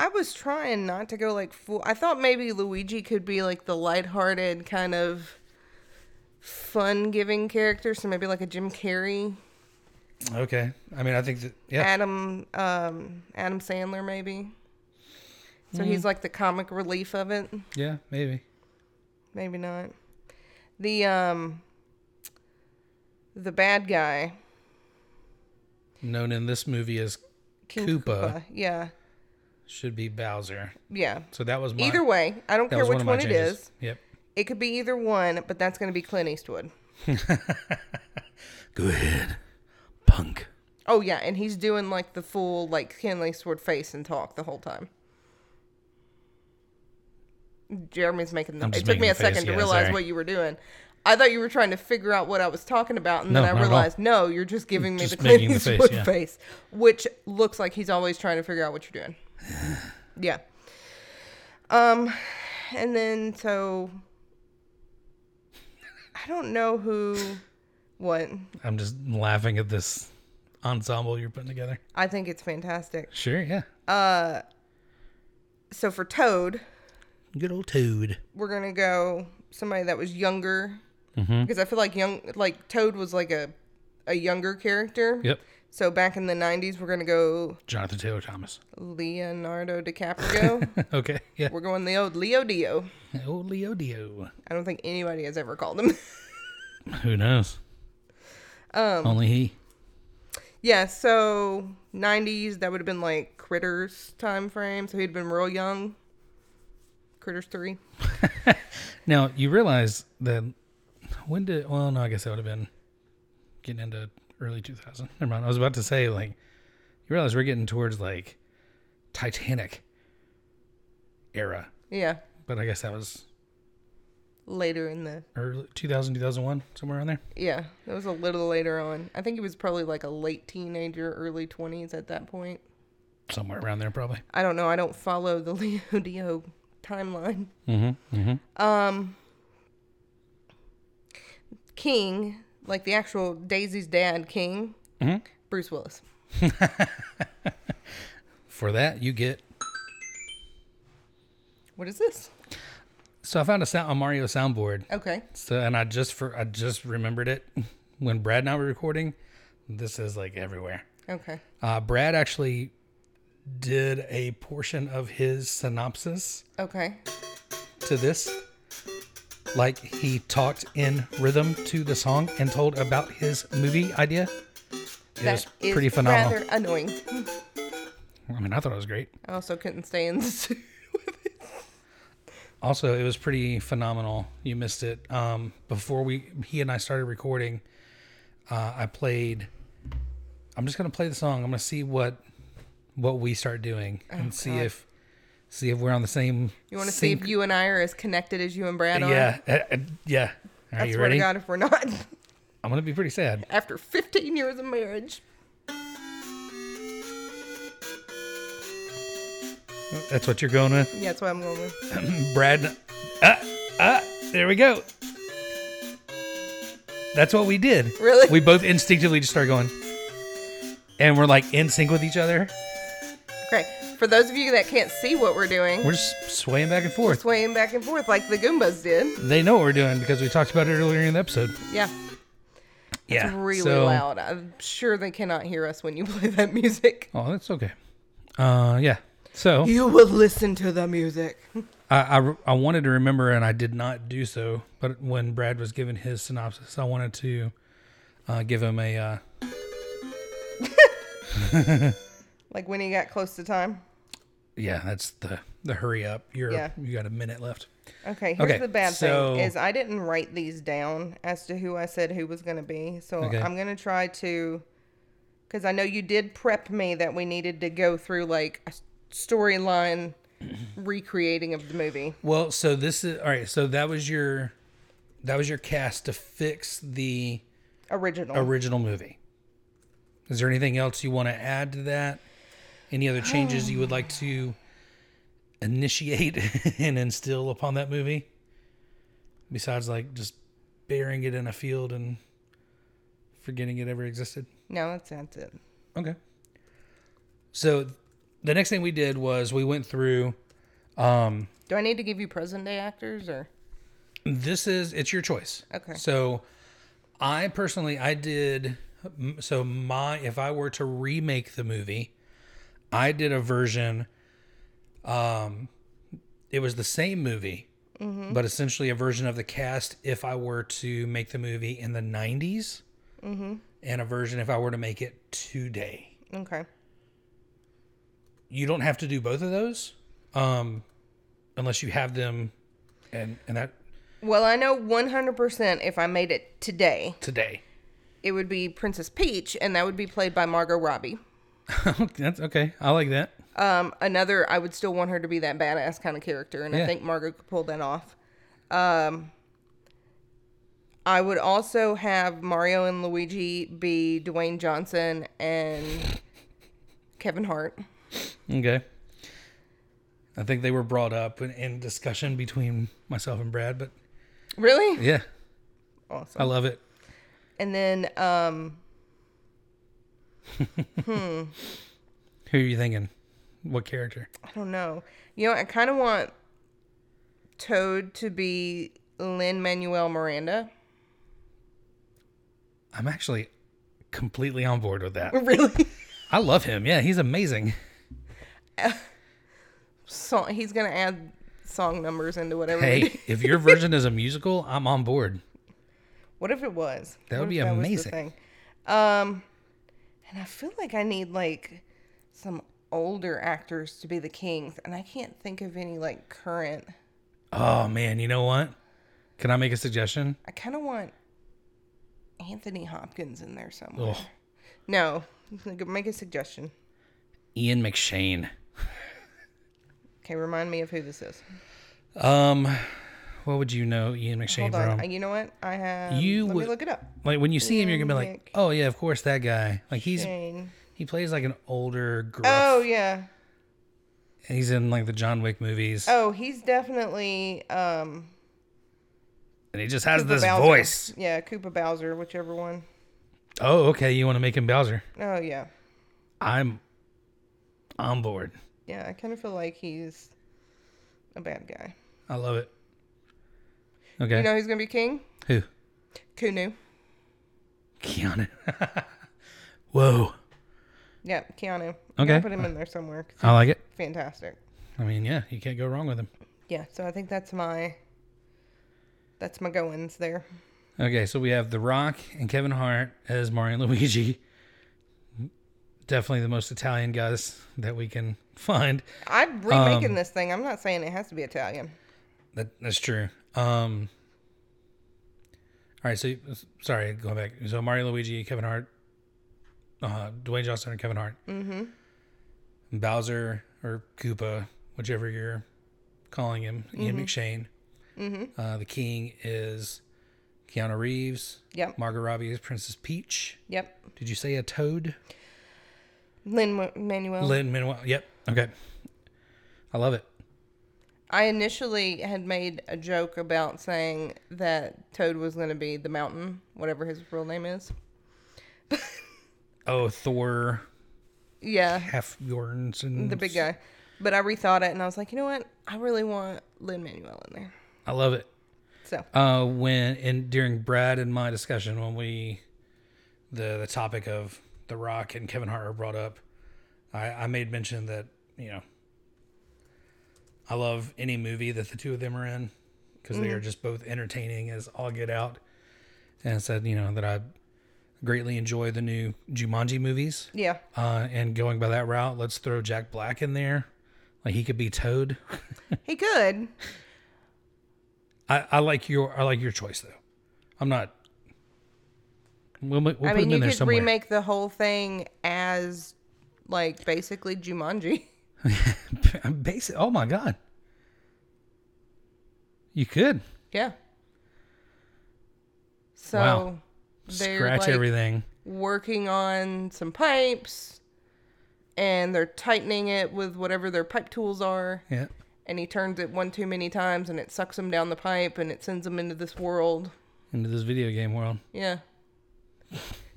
Speaker 3: I was trying not to go like full. I thought maybe Luigi could be like the lighthearted kind of fun giving character, so maybe like a Jim Carrey,
Speaker 1: Okay. I mean, I think that
Speaker 3: Uh,
Speaker 1: yeah,
Speaker 3: Adam um Adam Sandler maybe.
Speaker 1: Mm.
Speaker 3: So he's like the comic relief of it.
Speaker 1: yeah, maybe.
Speaker 3: Maybe not. The um the bad guy,
Speaker 1: Known in this movie as
Speaker 3: King
Speaker 1: Koopa.
Speaker 3: Koopa. Yeah.
Speaker 1: should be Bowser.
Speaker 3: Yeah.
Speaker 1: So that was my
Speaker 3: Either way, I don't
Speaker 1: that
Speaker 3: care
Speaker 1: was
Speaker 3: which
Speaker 1: one,
Speaker 3: one
Speaker 1: of
Speaker 3: it
Speaker 1: my changes.
Speaker 3: is.
Speaker 1: Yep.
Speaker 3: It could be either one, but that's going to be Clint Eastwood.
Speaker 1: Go ahead, punk.
Speaker 3: Oh yeah, and he's doing like the full like Henley Sword face and talk the whole time. Jeremy's making the.
Speaker 1: I'm
Speaker 3: It
Speaker 1: just
Speaker 3: took me
Speaker 1: making
Speaker 3: a
Speaker 1: the face,
Speaker 3: second to
Speaker 1: yeah,
Speaker 3: realize
Speaker 1: sorry.
Speaker 3: what you were doing. I thought you were trying to figure out what I was talking about, and
Speaker 1: No,
Speaker 3: then
Speaker 1: not
Speaker 3: I
Speaker 1: at all.
Speaker 3: realized no, you're just giving me
Speaker 1: Just
Speaker 3: the Clint
Speaker 1: making the face,
Speaker 3: Eastwood
Speaker 1: yeah.
Speaker 3: face, which looks like he's always trying to figure out what you're doing. yeah. Um, and then so I don't know who, what
Speaker 1: I'm just laughing at this ensemble you're putting together.
Speaker 3: I think it's fantastic.
Speaker 1: Sure, yeah.
Speaker 3: So for Toad.
Speaker 1: Good old Toad.
Speaker 3: we're gonna go somebody that was younger
Speaker 1: Mm-hmm.
Speaker 3: because I feel like young like Toad was like a a younger character.
Speaker 1: Yep.
Speaker 3: So back in the '90s, we're gonna go
Speaker 1: Jonathan Taylor Thomas.
Speaker 3: Leonardo DiCaprio.
Speaker 1: okay. Yeah.
Speaker 3: we're going the old Leo Dio.
Speaker 1: Oh, Leo Dio.
Speaker 3: I don't think anybody has ever called him.
Speaker 1: Who knows? Um, Only he.
Speaker 3: yeah. So '90s, that would have been like Critters time frame. So he'd been real young. Critters three.
Speaker 1: Now you realize that when did? Well, no, I guess that would have been getting into early 2000. Never mind. I was about to say like you realize we're getting towards like Titanic era,
Speaker 3: Yeah.
Speaker 1: but I guess that was
Speaker 3: Later in the
Speaker 1: early 2000, 2001, somewhere on there.
Speaker 3: yeah, that was a little later on. I think he was probably like a late teenager, early 20s at that point.
Speaker 1: somewhere around there probably.
Speaker 3: I don't know. I don't follow the Leo Dio timeline. Um,
Speaker 1: Mm-hmm. Mm-hmm.
Speaker 3: King, like the actual Daisy's dad, King,
Speaker 1: Mm-hmm.
Speaker 3: Bruce Willis.
Speaker 1: For that, you get.
Speaker 3: What is this?
Speaker 1: So I found a, sound, a Mario soundboard.
Speaker 3: Okay.
Speaker 1: So and I just for I just remembered it when Brad and I were recording. This is like everywhere.
Speaker 3: Okay.
Speaker 1: Uh, Brad actually did a portion of his synopsis
Speaker 3: Okay.
Speaker 1: to this. Like he talked in rhythm to the song and told about his movie idea. It was pretty phenomenal.
Speaker 3: rather annoying.
Speaker 1: I mean, I thought it was great.
Speaker 3: I also couldn't stay in the suit.
Speaker 1: also it was pretty phenomenal you missed it um, before we he and i started recording uh, i played i'm just gonna play the song i'm gonna see what what we start doing and see if see if we're on the same
Speaker 3: Oh, You want to see if you and I are as connected as you and Brad are?
Speaker 1: yeah uh, uh, yeah are
Speaker 3: I
Speaker 1: you
Speaker 3: swear
Speaker 1: ready
Speaker 3: to God, if we're not,
Speaker 1: i'm gonna be pretty sad
Speaker 3: after 15 years of marriage.
Speaker 1: That's what you're going with?
Speaker 3: Yeah, that's what I'm going with.
Speaker 1: Brad. Ah, ah, there we go. That's what we did.
Speaker 3: Really?
Speaker 1: We both instinctively just started going. And we're like in sync with each other.
Speaker 3: Okay. For those of you that can't see what we're doing,
Speaker 1: We're just swaying back and forth.
Speaker 3: swaying back and forth like the Goombas did.
Speaker 1: They know what we're doing because we talked about it earlier in the episode.
Speaker 3: Yeah.
Speaker 1: Yeah.
Speaker 3: It's really
Speaker 1: so-
Speaker 3: loud. I'm sure they cannot hear us when you play that music.
Speaker 1: Oh, that's okay. Uh, yeah. So
Speaker 3: You will listen to the music.
Speaker 1: I, I, I wanted to remember, and I did not do so. But when Brad was given his synopsis, I wanted to uh, give him a. Uh,
Speaker 3: Like when he got close to time.
Speaker 1: yeah, that's the the hurry up. You're
Speaker 3: Yeah.
Speaker 1: you got a minute left.
Speaker 3: Okay, here's
Speaker 1: Okay,
Speaker 3: the bad
Speaker 1: so-
Speaker 3: thing is I didn't write these down as to who I said who was going to be. So
Speaker 1: Okay.
Speaker 3: I'm going to try to cuz I know you did prep me that we needed to go through like a storyline recreating of the movie.
Speaker 1: Well, so this is all right. So that was your that was your cast to fix the
Speaker 3: Original.
Speaker 1: original movie. Is there anything else you want to add to that? Any other changes you would like to initiate and instill upon that movie? Besides, like just burying it in a field and forgetting it ever existed.
Speaker 3: no, that's that's it.
Speaker 1: Okay. So the next thing we did was we went through. Um,
Speaker 3: Do I need to give you present day actors or
Speaker 1: This is it's your choice.
Speaker 3: Okay.
Speaker 1: So, I personally I did m- so my if I were to remake the movie, I did a version. Um, it was the same movie, but essentially a version of the cast if I were to make the movie in the '90s, and a version if I were to make it today.
Speaker 3: Okay.
Speaker 1: You don't have to do both of those, um, unless you have them, and and that
Speaker 3: Well, I know 100% if I made it today,
Speaker 1: today.
Speaker 3: it would be Princess Peach and that would be played by Margot Robbie.
Speaker 1: That's okay. I like that.
Speaker 3: Um, another, I would still want her to be that badass kind of character, and
Speaker 1: Yeah.
Speaker 3: I think Margot could pull that off. Um, I would also have Mario and Luigi be Dwayne Johnson and Kevin Hart.
Speaker 1: Okay. I think they were brought up in, in discussion between myself and Brad, but
Speaker 3: Really?
Speaker 1: yeah, I
Speaker 3: Awesome.
Speaker 1: love it.
Speaker 3: And then, um,
Speaker 1: Who are you thinking? What character?
Speaker 3: I don't know. You know, I kind of want Toad to be Lynn Manuel Miranda.
Speaker 1: I'm actually completely on board with that.
Speaker 3: Really?
Speaker 1: I love him. Yeah, he's amazing.
Speaker 3: Song. He's gonna add song numbers into whatever. they do.
Speaker 1: Hey, if your version is a musical, I'm on board.
Speaker 3: What if it was?
Speaker 1: That
Speaker 3: What
Speaker 1: would
Speaker 3: if
Speaker 1: be
Speaker 3: was the
Speaker 1: amazing.
Speaker 3: thing? Um, and I feel like I need like some older actors to be the kings, and I can't think of any like current.
Speaker 1: Oh man, you know what? Can I make a suggestion?
Speaker 3: I kind of want Anthony Hopkins in there somewhere.
Speaker 1: Oh,
Speaker 3: No, make a suggestion.
Speaker 1: Ian McShane.
Speaker 3: Okay, remind me of who this is.
Speaker 1: Um, what would you know Ian McShane
Speaker 3: Hold on.
Speaker 1: from?
Speaker 3: I- you know what? I have.
Speaker 1: You
Speaker 3: let
Speaker 1: would-
Speaker 3: me look it up.
Speaker 1: Like when you see him, you're gonna be like,
Speaker 3: Nick.
Speaker 1: oh yeah, of course that guy. Like he's
Speaker 3: Shane.
Speaker 1: he plays like an older gruff.
Speaker 3: Oh yeah.
Speaker 1: And He's in like the John Wick movies,
Speaker 3: Oh, he's definitely um.
Speaker 1: and he just has
Speaker 3: Koopa
Speaker 1: this
Speaker 3: Bowser.
Speaker 1: voice.
Speaker 3: Yeah, Koopa Bowser, whichever one.
Speaker 1: Oh, okay. You want to make him Bowser?
Speaker 3: Oh yeah.
Speaker 1: I'm on board.
Speaker 3: Yeah, I kind of feel like he's a bad guy.
Speaker 1: I love it. Okay.
Speaker 3: You know who's gonna be king?
Speaker 1: Who?
Speaker 3: Kunu.
Speaker 1: Keanu. Whoa.
Speaker 3: Yeah, Keanu. You
Speaker 1: Okay.
Speaker 3: gotta Put him in there somewhere. 'cause
Speaker 1: I like it.
Speaker 3: he's fantastic.
Speaker 1: I mean, yeah, you can't go wrong with him.
Speaker 3: Yeah. So I think that's my that's my goings there.
Speaker 1: Okay, so we have The Rock and Kevin Hart as Mario and Luigi. Definitely the most Italian guys that we can find. Um,
Speaker 3: I'm remaking this thing. I'm not saying it has to be Italian.
Speaker 1: That that's true. Um. All right, so sorry, going back. So Mario, Luigi, Kevin Hart, uh, Dwayne Johnson, and Kevin Hart. Mm-hmm. Bowser or Koopa, whichever you're calling him, Ian McShane. Mm-hmm. Uh, the King is Keanu Reeves.
Speaker 3: Yep.
Speaker 1: Margot Robbie is Princess Peach.
Speaker 3: Yep.
Speaker 1: Did you say a toad?
Speaker 3: Lin Manuel. Oh.
Speaker 1: Lynn Manuel. Yep. Okay. I love it.
Speaker 3: I initially had made a joke about saying that Toad was going to be the mountain, whatever his real name is.
Speaker 1: Oh, Thor
Speaker 3: Yeah,
Speaker 1: Hefjornsson.
Speaker 3: the big guy. But I rethought it and I was like, you know what? I really want Lin Manuel in there.
Speaker 1: I love it.
Speaker 3: So,
Speaker 1: Uh, when and during Brad and my discussion, when we the the topic of The Rock and Kevin Hart are brought up, I, I made mention that you know I love any movie that the two of them are in because they are just both entertaining as all get out, and I said you know that I greatly enjoy the new Jumanji movies.
Speaker 3: yeah.
Speaker 1: Uh, and going by that route, let's throw Jack Black in there. Like he could be Toad.
Speaker 3: He could.
Speaker 1: I, I like your I like your choice though. I'm not. We'll, ma- we'll
Speaker 3: I
Speaker 1: put
Speaker 3: mean,
Speaker 1: him
Speaker 3: you
Speaker 1: in there
Speaker 3: could
Speaker 1: somewhere.
Speaker 3: remake the whole thing as, like, basically Jumanji.
Speaker 1: Basic. Oh my god. You could
Speaker 3: Yeah. So,
Speaker 1: Wow.
Speaker 3: they're,
Speaker 1: scratch
Speaker 3: like,
Speaker 1: everything.
Speaker 3: working on some pipes and they're tightening it with whatever their pipe tools are
Speaker 1: Yeah.
Speaker 3: and he turns it one too many times and it sucks him down the pipe and it sends him into this world
Speaker 1: Into this video game world.
Speaker 3: yeah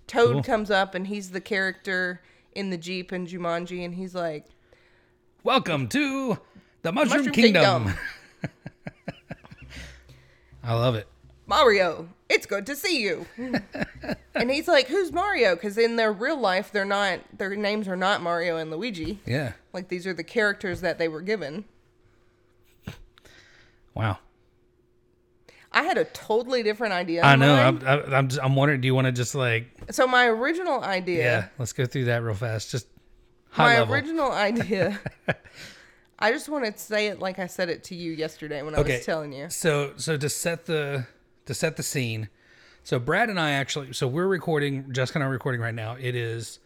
Speaker 3: toad
Speaker 1: Cool.
Speaker 3: comes up and he's the character in the jeep in jumanji and he's like
Speaker 1: Welcome to the Mushroom,
Speaker 3: Mushroom
Speaker 1: Kingdom.
Speaker 3: Kingdom.
Speaker 1: I love it.
Speaker 3: mario it's good to see you and he's like who's mario because in their real life they're not their names are not mario and luigi
Speaker 1: Yeah.
Speaker 3: like these are the characters that they were given
Speaker 1: Wow.
Speaker 3: i had a totally different idea
Speaker 1: I
Speaker 3: in
Speaker 1: know.
Speaker 3: mind.
Speaker 1: I'm, I'm, I'm, just- I'm wondering. Do you want to just like?
Speaker 3: So my original
Speaker 1: Yeah.
Speaker 3: idea,
Speaker 1: Let's go through that real fast. Just high
Speaker 3: my
Speaker 1: level.
Speaker 3: original idea. I just want to say it like I said it to you yesterday when I
Speaker 1: Okay.
Speaker 3: was telling you.
Speaker 1: So so to set the to set the scene, so Brad and I actually so we're recording Jessica and I are recording right now. It is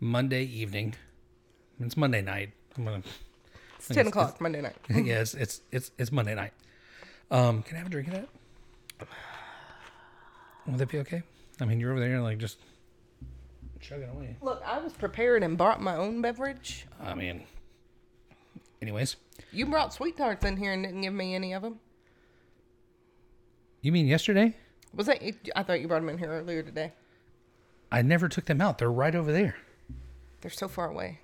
Speaker 1: Monday evening. It's Monday night. I'm gonna
Speaker 3: It's ten o'clock Monday night.
Speaker 1: yeah, it's it's it's, it's Monday night. Um, can I have a drink of that? Would that be okay? I mean, you're over there like just chugging away.
Speaker 3: Look, I was prepared and brought my own beverage.
Speaker 1: I mean, anyways,
Speaker 3: You brought sweet tarts in here and didn't give me any of them.
Speaker 1: you mean yesterday?
Speaker 3: Was that? I thought you brought them in here earlier today.
Speaker 1: I never took them out. They're right over there.
Speaker 3: They're so far away.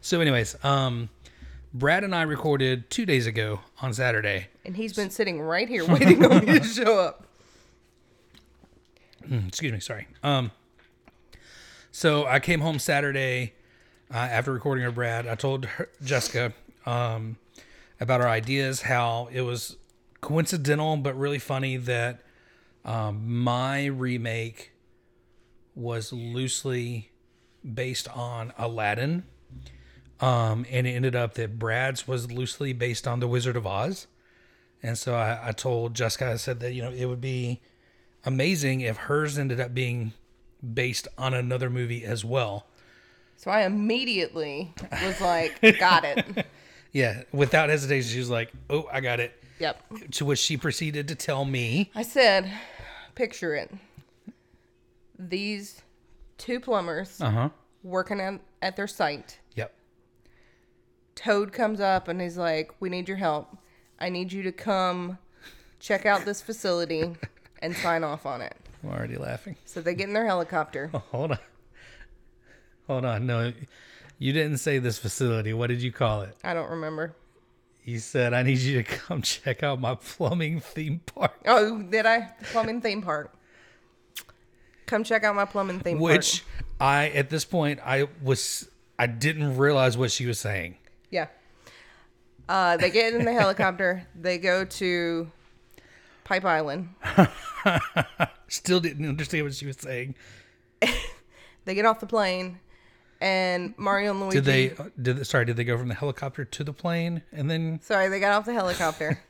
Speaker 1: So, anyways, um, Brad and I recorded two days ago on Saturday.
Speaker 3: And he's been sitting right here waiting on me to show up.
Speaker 1: Excuse me, sorry. Um, so I came home Saturday uh, after recording with Brad. I told her, Jessica um, about our ideas, how it was coincidental but really funny that um, my remake was loosely based on Aladdin. Um, and it ended up that Brad's was loosely based on The Wizard of Oz. And so I, I told Jessica, I said that, you know, it would be amazing if hers ended up being based on another movie as well.
Speaker 3: So I immediately was like, "Got it."
Speaker 1: Yeah, without hesitation, she was like, "Oh, I got it."
Speaker 3: Yep.
Speaker 1: To which she proceeded to tell me,
Speaker 3: I said, "Picture it. These two plumbers."
Speaker 1: "Uh huh,
Speaker 3: working at, at their site.
Speaker 1: yep,
Speaker 3: Toad comes up and he's like, We need your help. I need you to come check out this facility and sign off on it.
Speaker 1: I'm already laughing." Oh,
Speaker 3: So they get in their helicopter.
Speaker 1: Hold on, hold on. No, you didn't say this facility. What did you call it?
Speaker 3: I don't remember.
Speaker 1: You said, "I need you to come check out my plumbing theme park,"
Speaker 3: Oh, did I? Plumbing theme park. Come check out my plumbing theme park.
Speaker 1: which I, at this point, I was, I didn't realize what she was saying.
Speaker 3: Yeah. Uh, they get in the helicopter. They go to Pipe Island.
Speaker 1: Still didn't understand what she was saying.
Speaker 3: They get off the plane, and Mario and Luigi.
Speaker 1: Did they? uh, Did they- sorry? Did they go from the helicopter to the plane and then?
Speaker 3: Sorry, they got off the helicopter.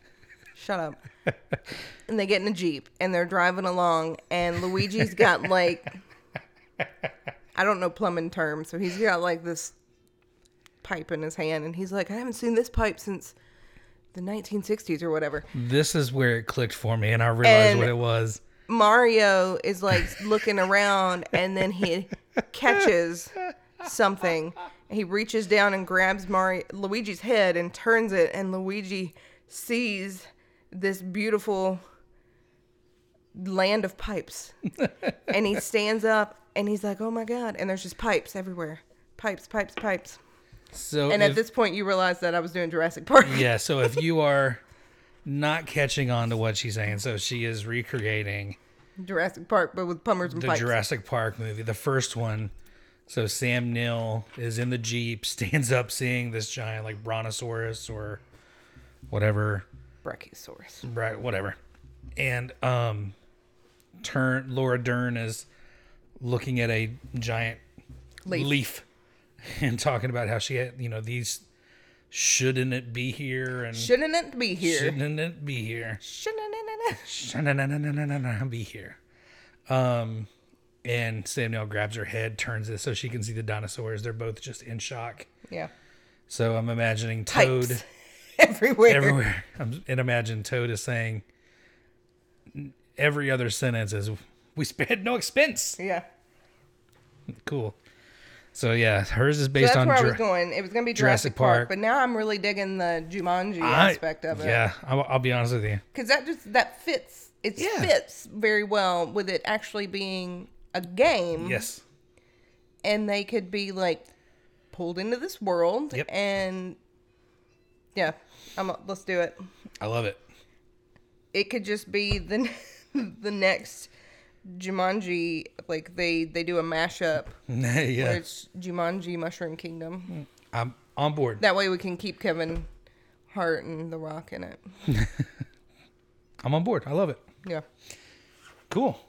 Speaker 3: Shut up. And they get in a Jeep and they're driving along, and Luigi's got like, I don't know plumbing terms, so he's got like this pipe in his hand, and he's like, I haven't seen this pipe since the 1960s or whatever.
Speaker 1: This is where it clicked for me, and I realized
Speaker 3: And-
Speaker 1: what it was.
Speaker 3: Mario is like looking around, and then he catches something He reaches down and grabs Mari- Luigi's head and turns it, and Luigi sees this beautiful land of pipes. and he stands up and he's like, "Oh my god!" And there's just pipes everywhere, pipes, pipes, pipes.
Speaker 1: So
Speaker 3: And
Speaker 1: if,
Speaker 3: at this point, you realize that I was doing Jurassic Park.
Speaker 1: yeah, so if you are not catching on to what she's saying, so she is recreating
Speaker 3: Jurassic Park, but with pummers and
Speaker 1: the
Speaker 3: pipes.
Speaker 1: Jurassic Park movie, the first one. So Sam Neill is in the jeep, stands up, seeing this giant like brontosaurus or whatever
Speaker 3: Brachiosaurus.
Speaker 1: right whatever and um turn laura dern is looking at a giant leaf,
Speaker 3: Leaf.
Speaker 1: and talking about how she had you know these shouldn't it be here and
Speaker 3: Shouldn't it be here?
Speaker 1: shouldn't it be here
Speaker 3: Shouldn't it?
Speaker 1: shouldn't be here um and samuel grabs her head turns it so she can see the dinosaurs they're both just in shock
Speaker 3: Yeah.
Speaker 1: so i'm imagining toad
Speaker 3: Pipes everywhere.
Speaker 1: everywhere. I'm, and imagine Toad is saying every other sentence is "We spared no expense."
Speaker 3: Yeah.
Speaker 1: Cool. So yeah, hers is
Speaker 3: So
Speaker 1: based
Speaker 3: that's
Speaker 1: on.
Speaker 3: where I was
Speaker 1: Jura-
Speaker 3: going. It was going to be
Speaker 1: Jurassic
Speaker 3: Jurassic, Park,
Speaker 1: Park.
Speaker 3: but now I'm really digging the Jumanji
Speaker 1: I-
Speaker 3: aspect of it.
Speaker 1: Yeah, I'll, I'll be honest with you.
Speaker 3: because that just that fits it
Speaker 1: Yeah.
Speaker 3: fits very well with it actually being a game
Speaker 1: Yes,
Speaker 3: and they could be like pulled into this world
Speaker 1: Yep.
Speaker 3: and yeah i'm let's do it
Speaker 1: I love it.
Speaker 3: it could just be the the next jumanji like they they do a mashup where
Speaker 1: yeah, Hmm.
Speaker 3: it's jumanji mushroom kingdom
Speaker 1: I'm on board.
Speaker 3: that way we can keep kevin hart and the rock in it
Speaker 1: I'm on board. I love it.
Speaker 3: yeah
Speaker 1: Cool.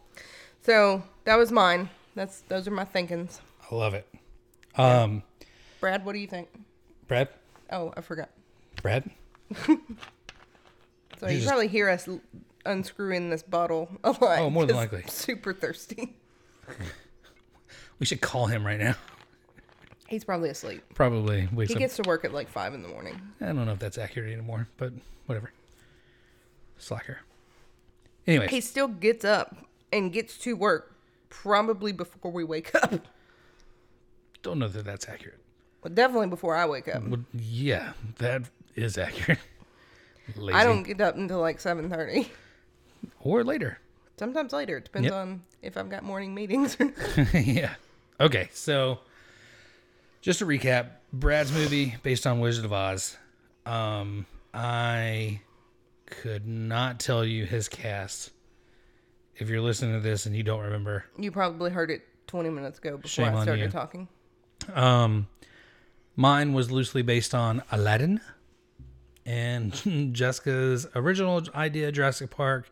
Speaker 3: so that was mine that's those are my thinkings
Speaker 1: I love it. Um,
Speaker 3: brad what do you think
Speaker 1: Brad,
Speaker 3: oh i forgot
Speaker 1: Brad,
Speaker 3: So you
Speaker 1: Jesus.
Speaker 3: probably hear us l- unscrewing this bottle a lot.
Speaker 1: Oh, more than
Speaker 3: 'cause
Speaker 1: likely.
Speaker 3: Super thirsty.
Speaker 1: we should call him right now.
Speaker 3: He's probably asleep.
Speaker 1: Probably wakes
Speaker 3: He
Speaker 1: up.
Speaker 3: gets to work at like five in the morning.
Speaker 1: I don't know if that's accurate anymore, but whatever. Slacker. Anyway,
Speaker 3: He still gets up and gets to work probably before we wake up.
Speaker 1: don't know that that's accurate.
Speaker 3: Well, definitely before I wake up.
Speaker 1: Well, yeah, that is accurate. Lazy.
Speaker 3: I don't get up until like seven thirty.
Speaker 1: or later.
Speaker 3: Sometimes later. It depends
Speaker 1: Yep.
Speaker 3: on if I've got morning meetings or not.
Speaker 1: yeah. Okay, so just to recap, Brad's movie based on Wizard of Oz. Um, I could not tell you his cast. If you're listening to this and you don't remember,
Speaker 3: You probably heard it twenty minutes ago before
Speaker 1: Shame
Speaker 3: I
Speaker 1: on
Speaker 3: started
Speaker 1: you.
Speaker 3: talking.
Speaker 1: um, mine was loosely based on Aladdin, and Jessica's original idea, Jurassic Park,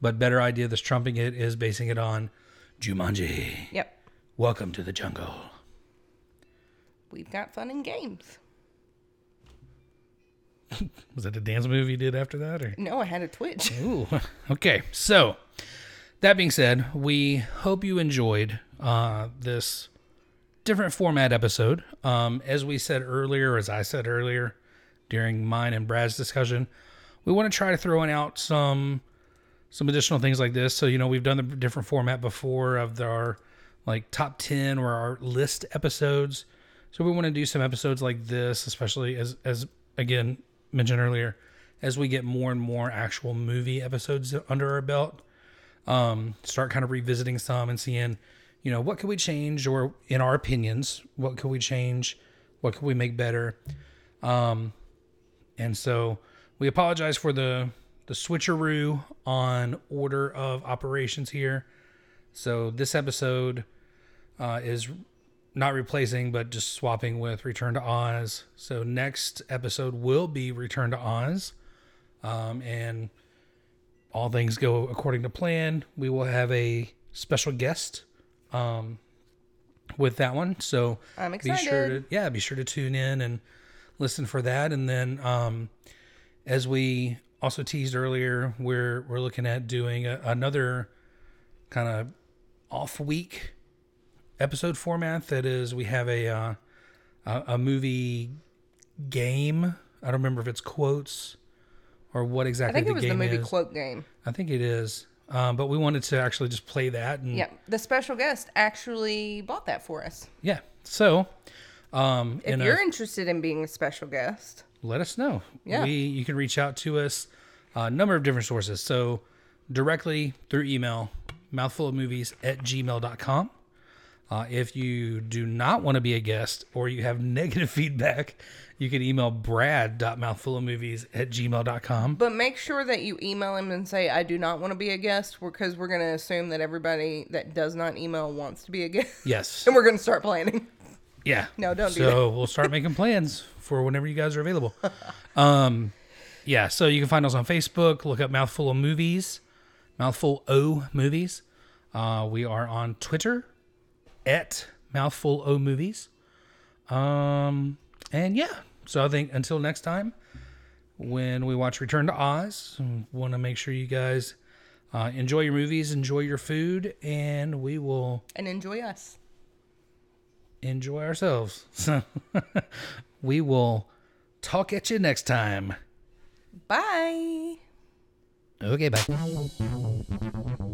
Speaker 1: but better idea that's trumping it is basing it on Jumanji.
Speaker 3: Yep.
Speaker 1: Welcome to the jungle.
Speaker 3: We've got fun and games.
Speaker 1: Was that a dance move you did after that? Or?
Speaker 3: No, I had a twitch.
Speaker 1: Ooh. Okay. So, that being said, we hope you enjoyed uh, this different format episode. Um, as we said earlier, as I said earlier during mine and Brad's discussion, we want to try to throw in out some some additional things like this. So, you know, we've done the different format before of the- our like top 10 or our list episodes. So, we want to do some episodes like this, especially as, as again mentioned earlier, as we get more and more actual movie episodes under our belt. Um, start kind of revisiting some and seeing, you know, what could we change or in our opinions, what could we change? What could we make better? And so we apologize for the the switcheroo on order of operations here. So this episode uh, is not replacing, but just swapping with Return to Oz. So next episode will be Return to Oz, um, and all things go according to plan. We will have a special guest um, with that one. So
Speaker 3: I'm
Speaker 1: be sure to
Speaker 3: excited.
Speaker 1: yeah be sure to tune in and listen for that and then um as we also teased earlier we're we're looking at doing a, another kind of off week episode format that is we have a uh a, a movie game i don't remember if it's quotes or what
Speaker 3: I
Speaker 1: exactly
Speaker 3: think
Speaker 1: the
Speaker 3: it was the
Speaker 1: game
Speaker 3: movie
Speaker 1: is
Speaker 3: quote game.
Speaker 1: i think it is um, but we wanted to actually just play that and
Speaker 3: Yeah, the special guest actually bought that for us.
Speaker 1: Yeah. So, Um,
Speaker 3: If
Speaker 1: in a-
Speaker 3: you're interested in being a special guest,
Speaker 1: let us know.
Speaker 3: Yeah.
Speaker 1: We, you can reach out to us a number of different sources. So directly through email, mouthful of movies at gmail.com. Uh, if you do not want to be a guest or you have negative feedback, you can email brad.mouthfulofmovies at gmail.com.
Speaker 3: but make sure that you email him and say, I do not want to be a guest because we're going to assume that everybody that does not email wants to be a guest.
Speaker 1: Yes.
Speaker 3: and we're going to start planning.
Speaker 1: Yeah.
Speaker 3: No, don't
Speaker 1: so
Speaker 3: do that.
Speaker 1: we'll start making plans for whenever you guys are available. Um, yeah. So you can find us on Facebook. Look up Mouthful of Movies, Mouthful O Movies. Uh, we are on Twitter at Mouthful O Movies. Um, and yeah. So I think until next time, when we watch Return to Oz, want to make sure you guys uh, enjoy your movies, enjoy your food, and we will
Speaker 3: And enjoy us.
Speaker 1: enjoy ourselves. So we will talk at you next time.
Speaker 3: Bye.
Speaker 1: Okay, bye.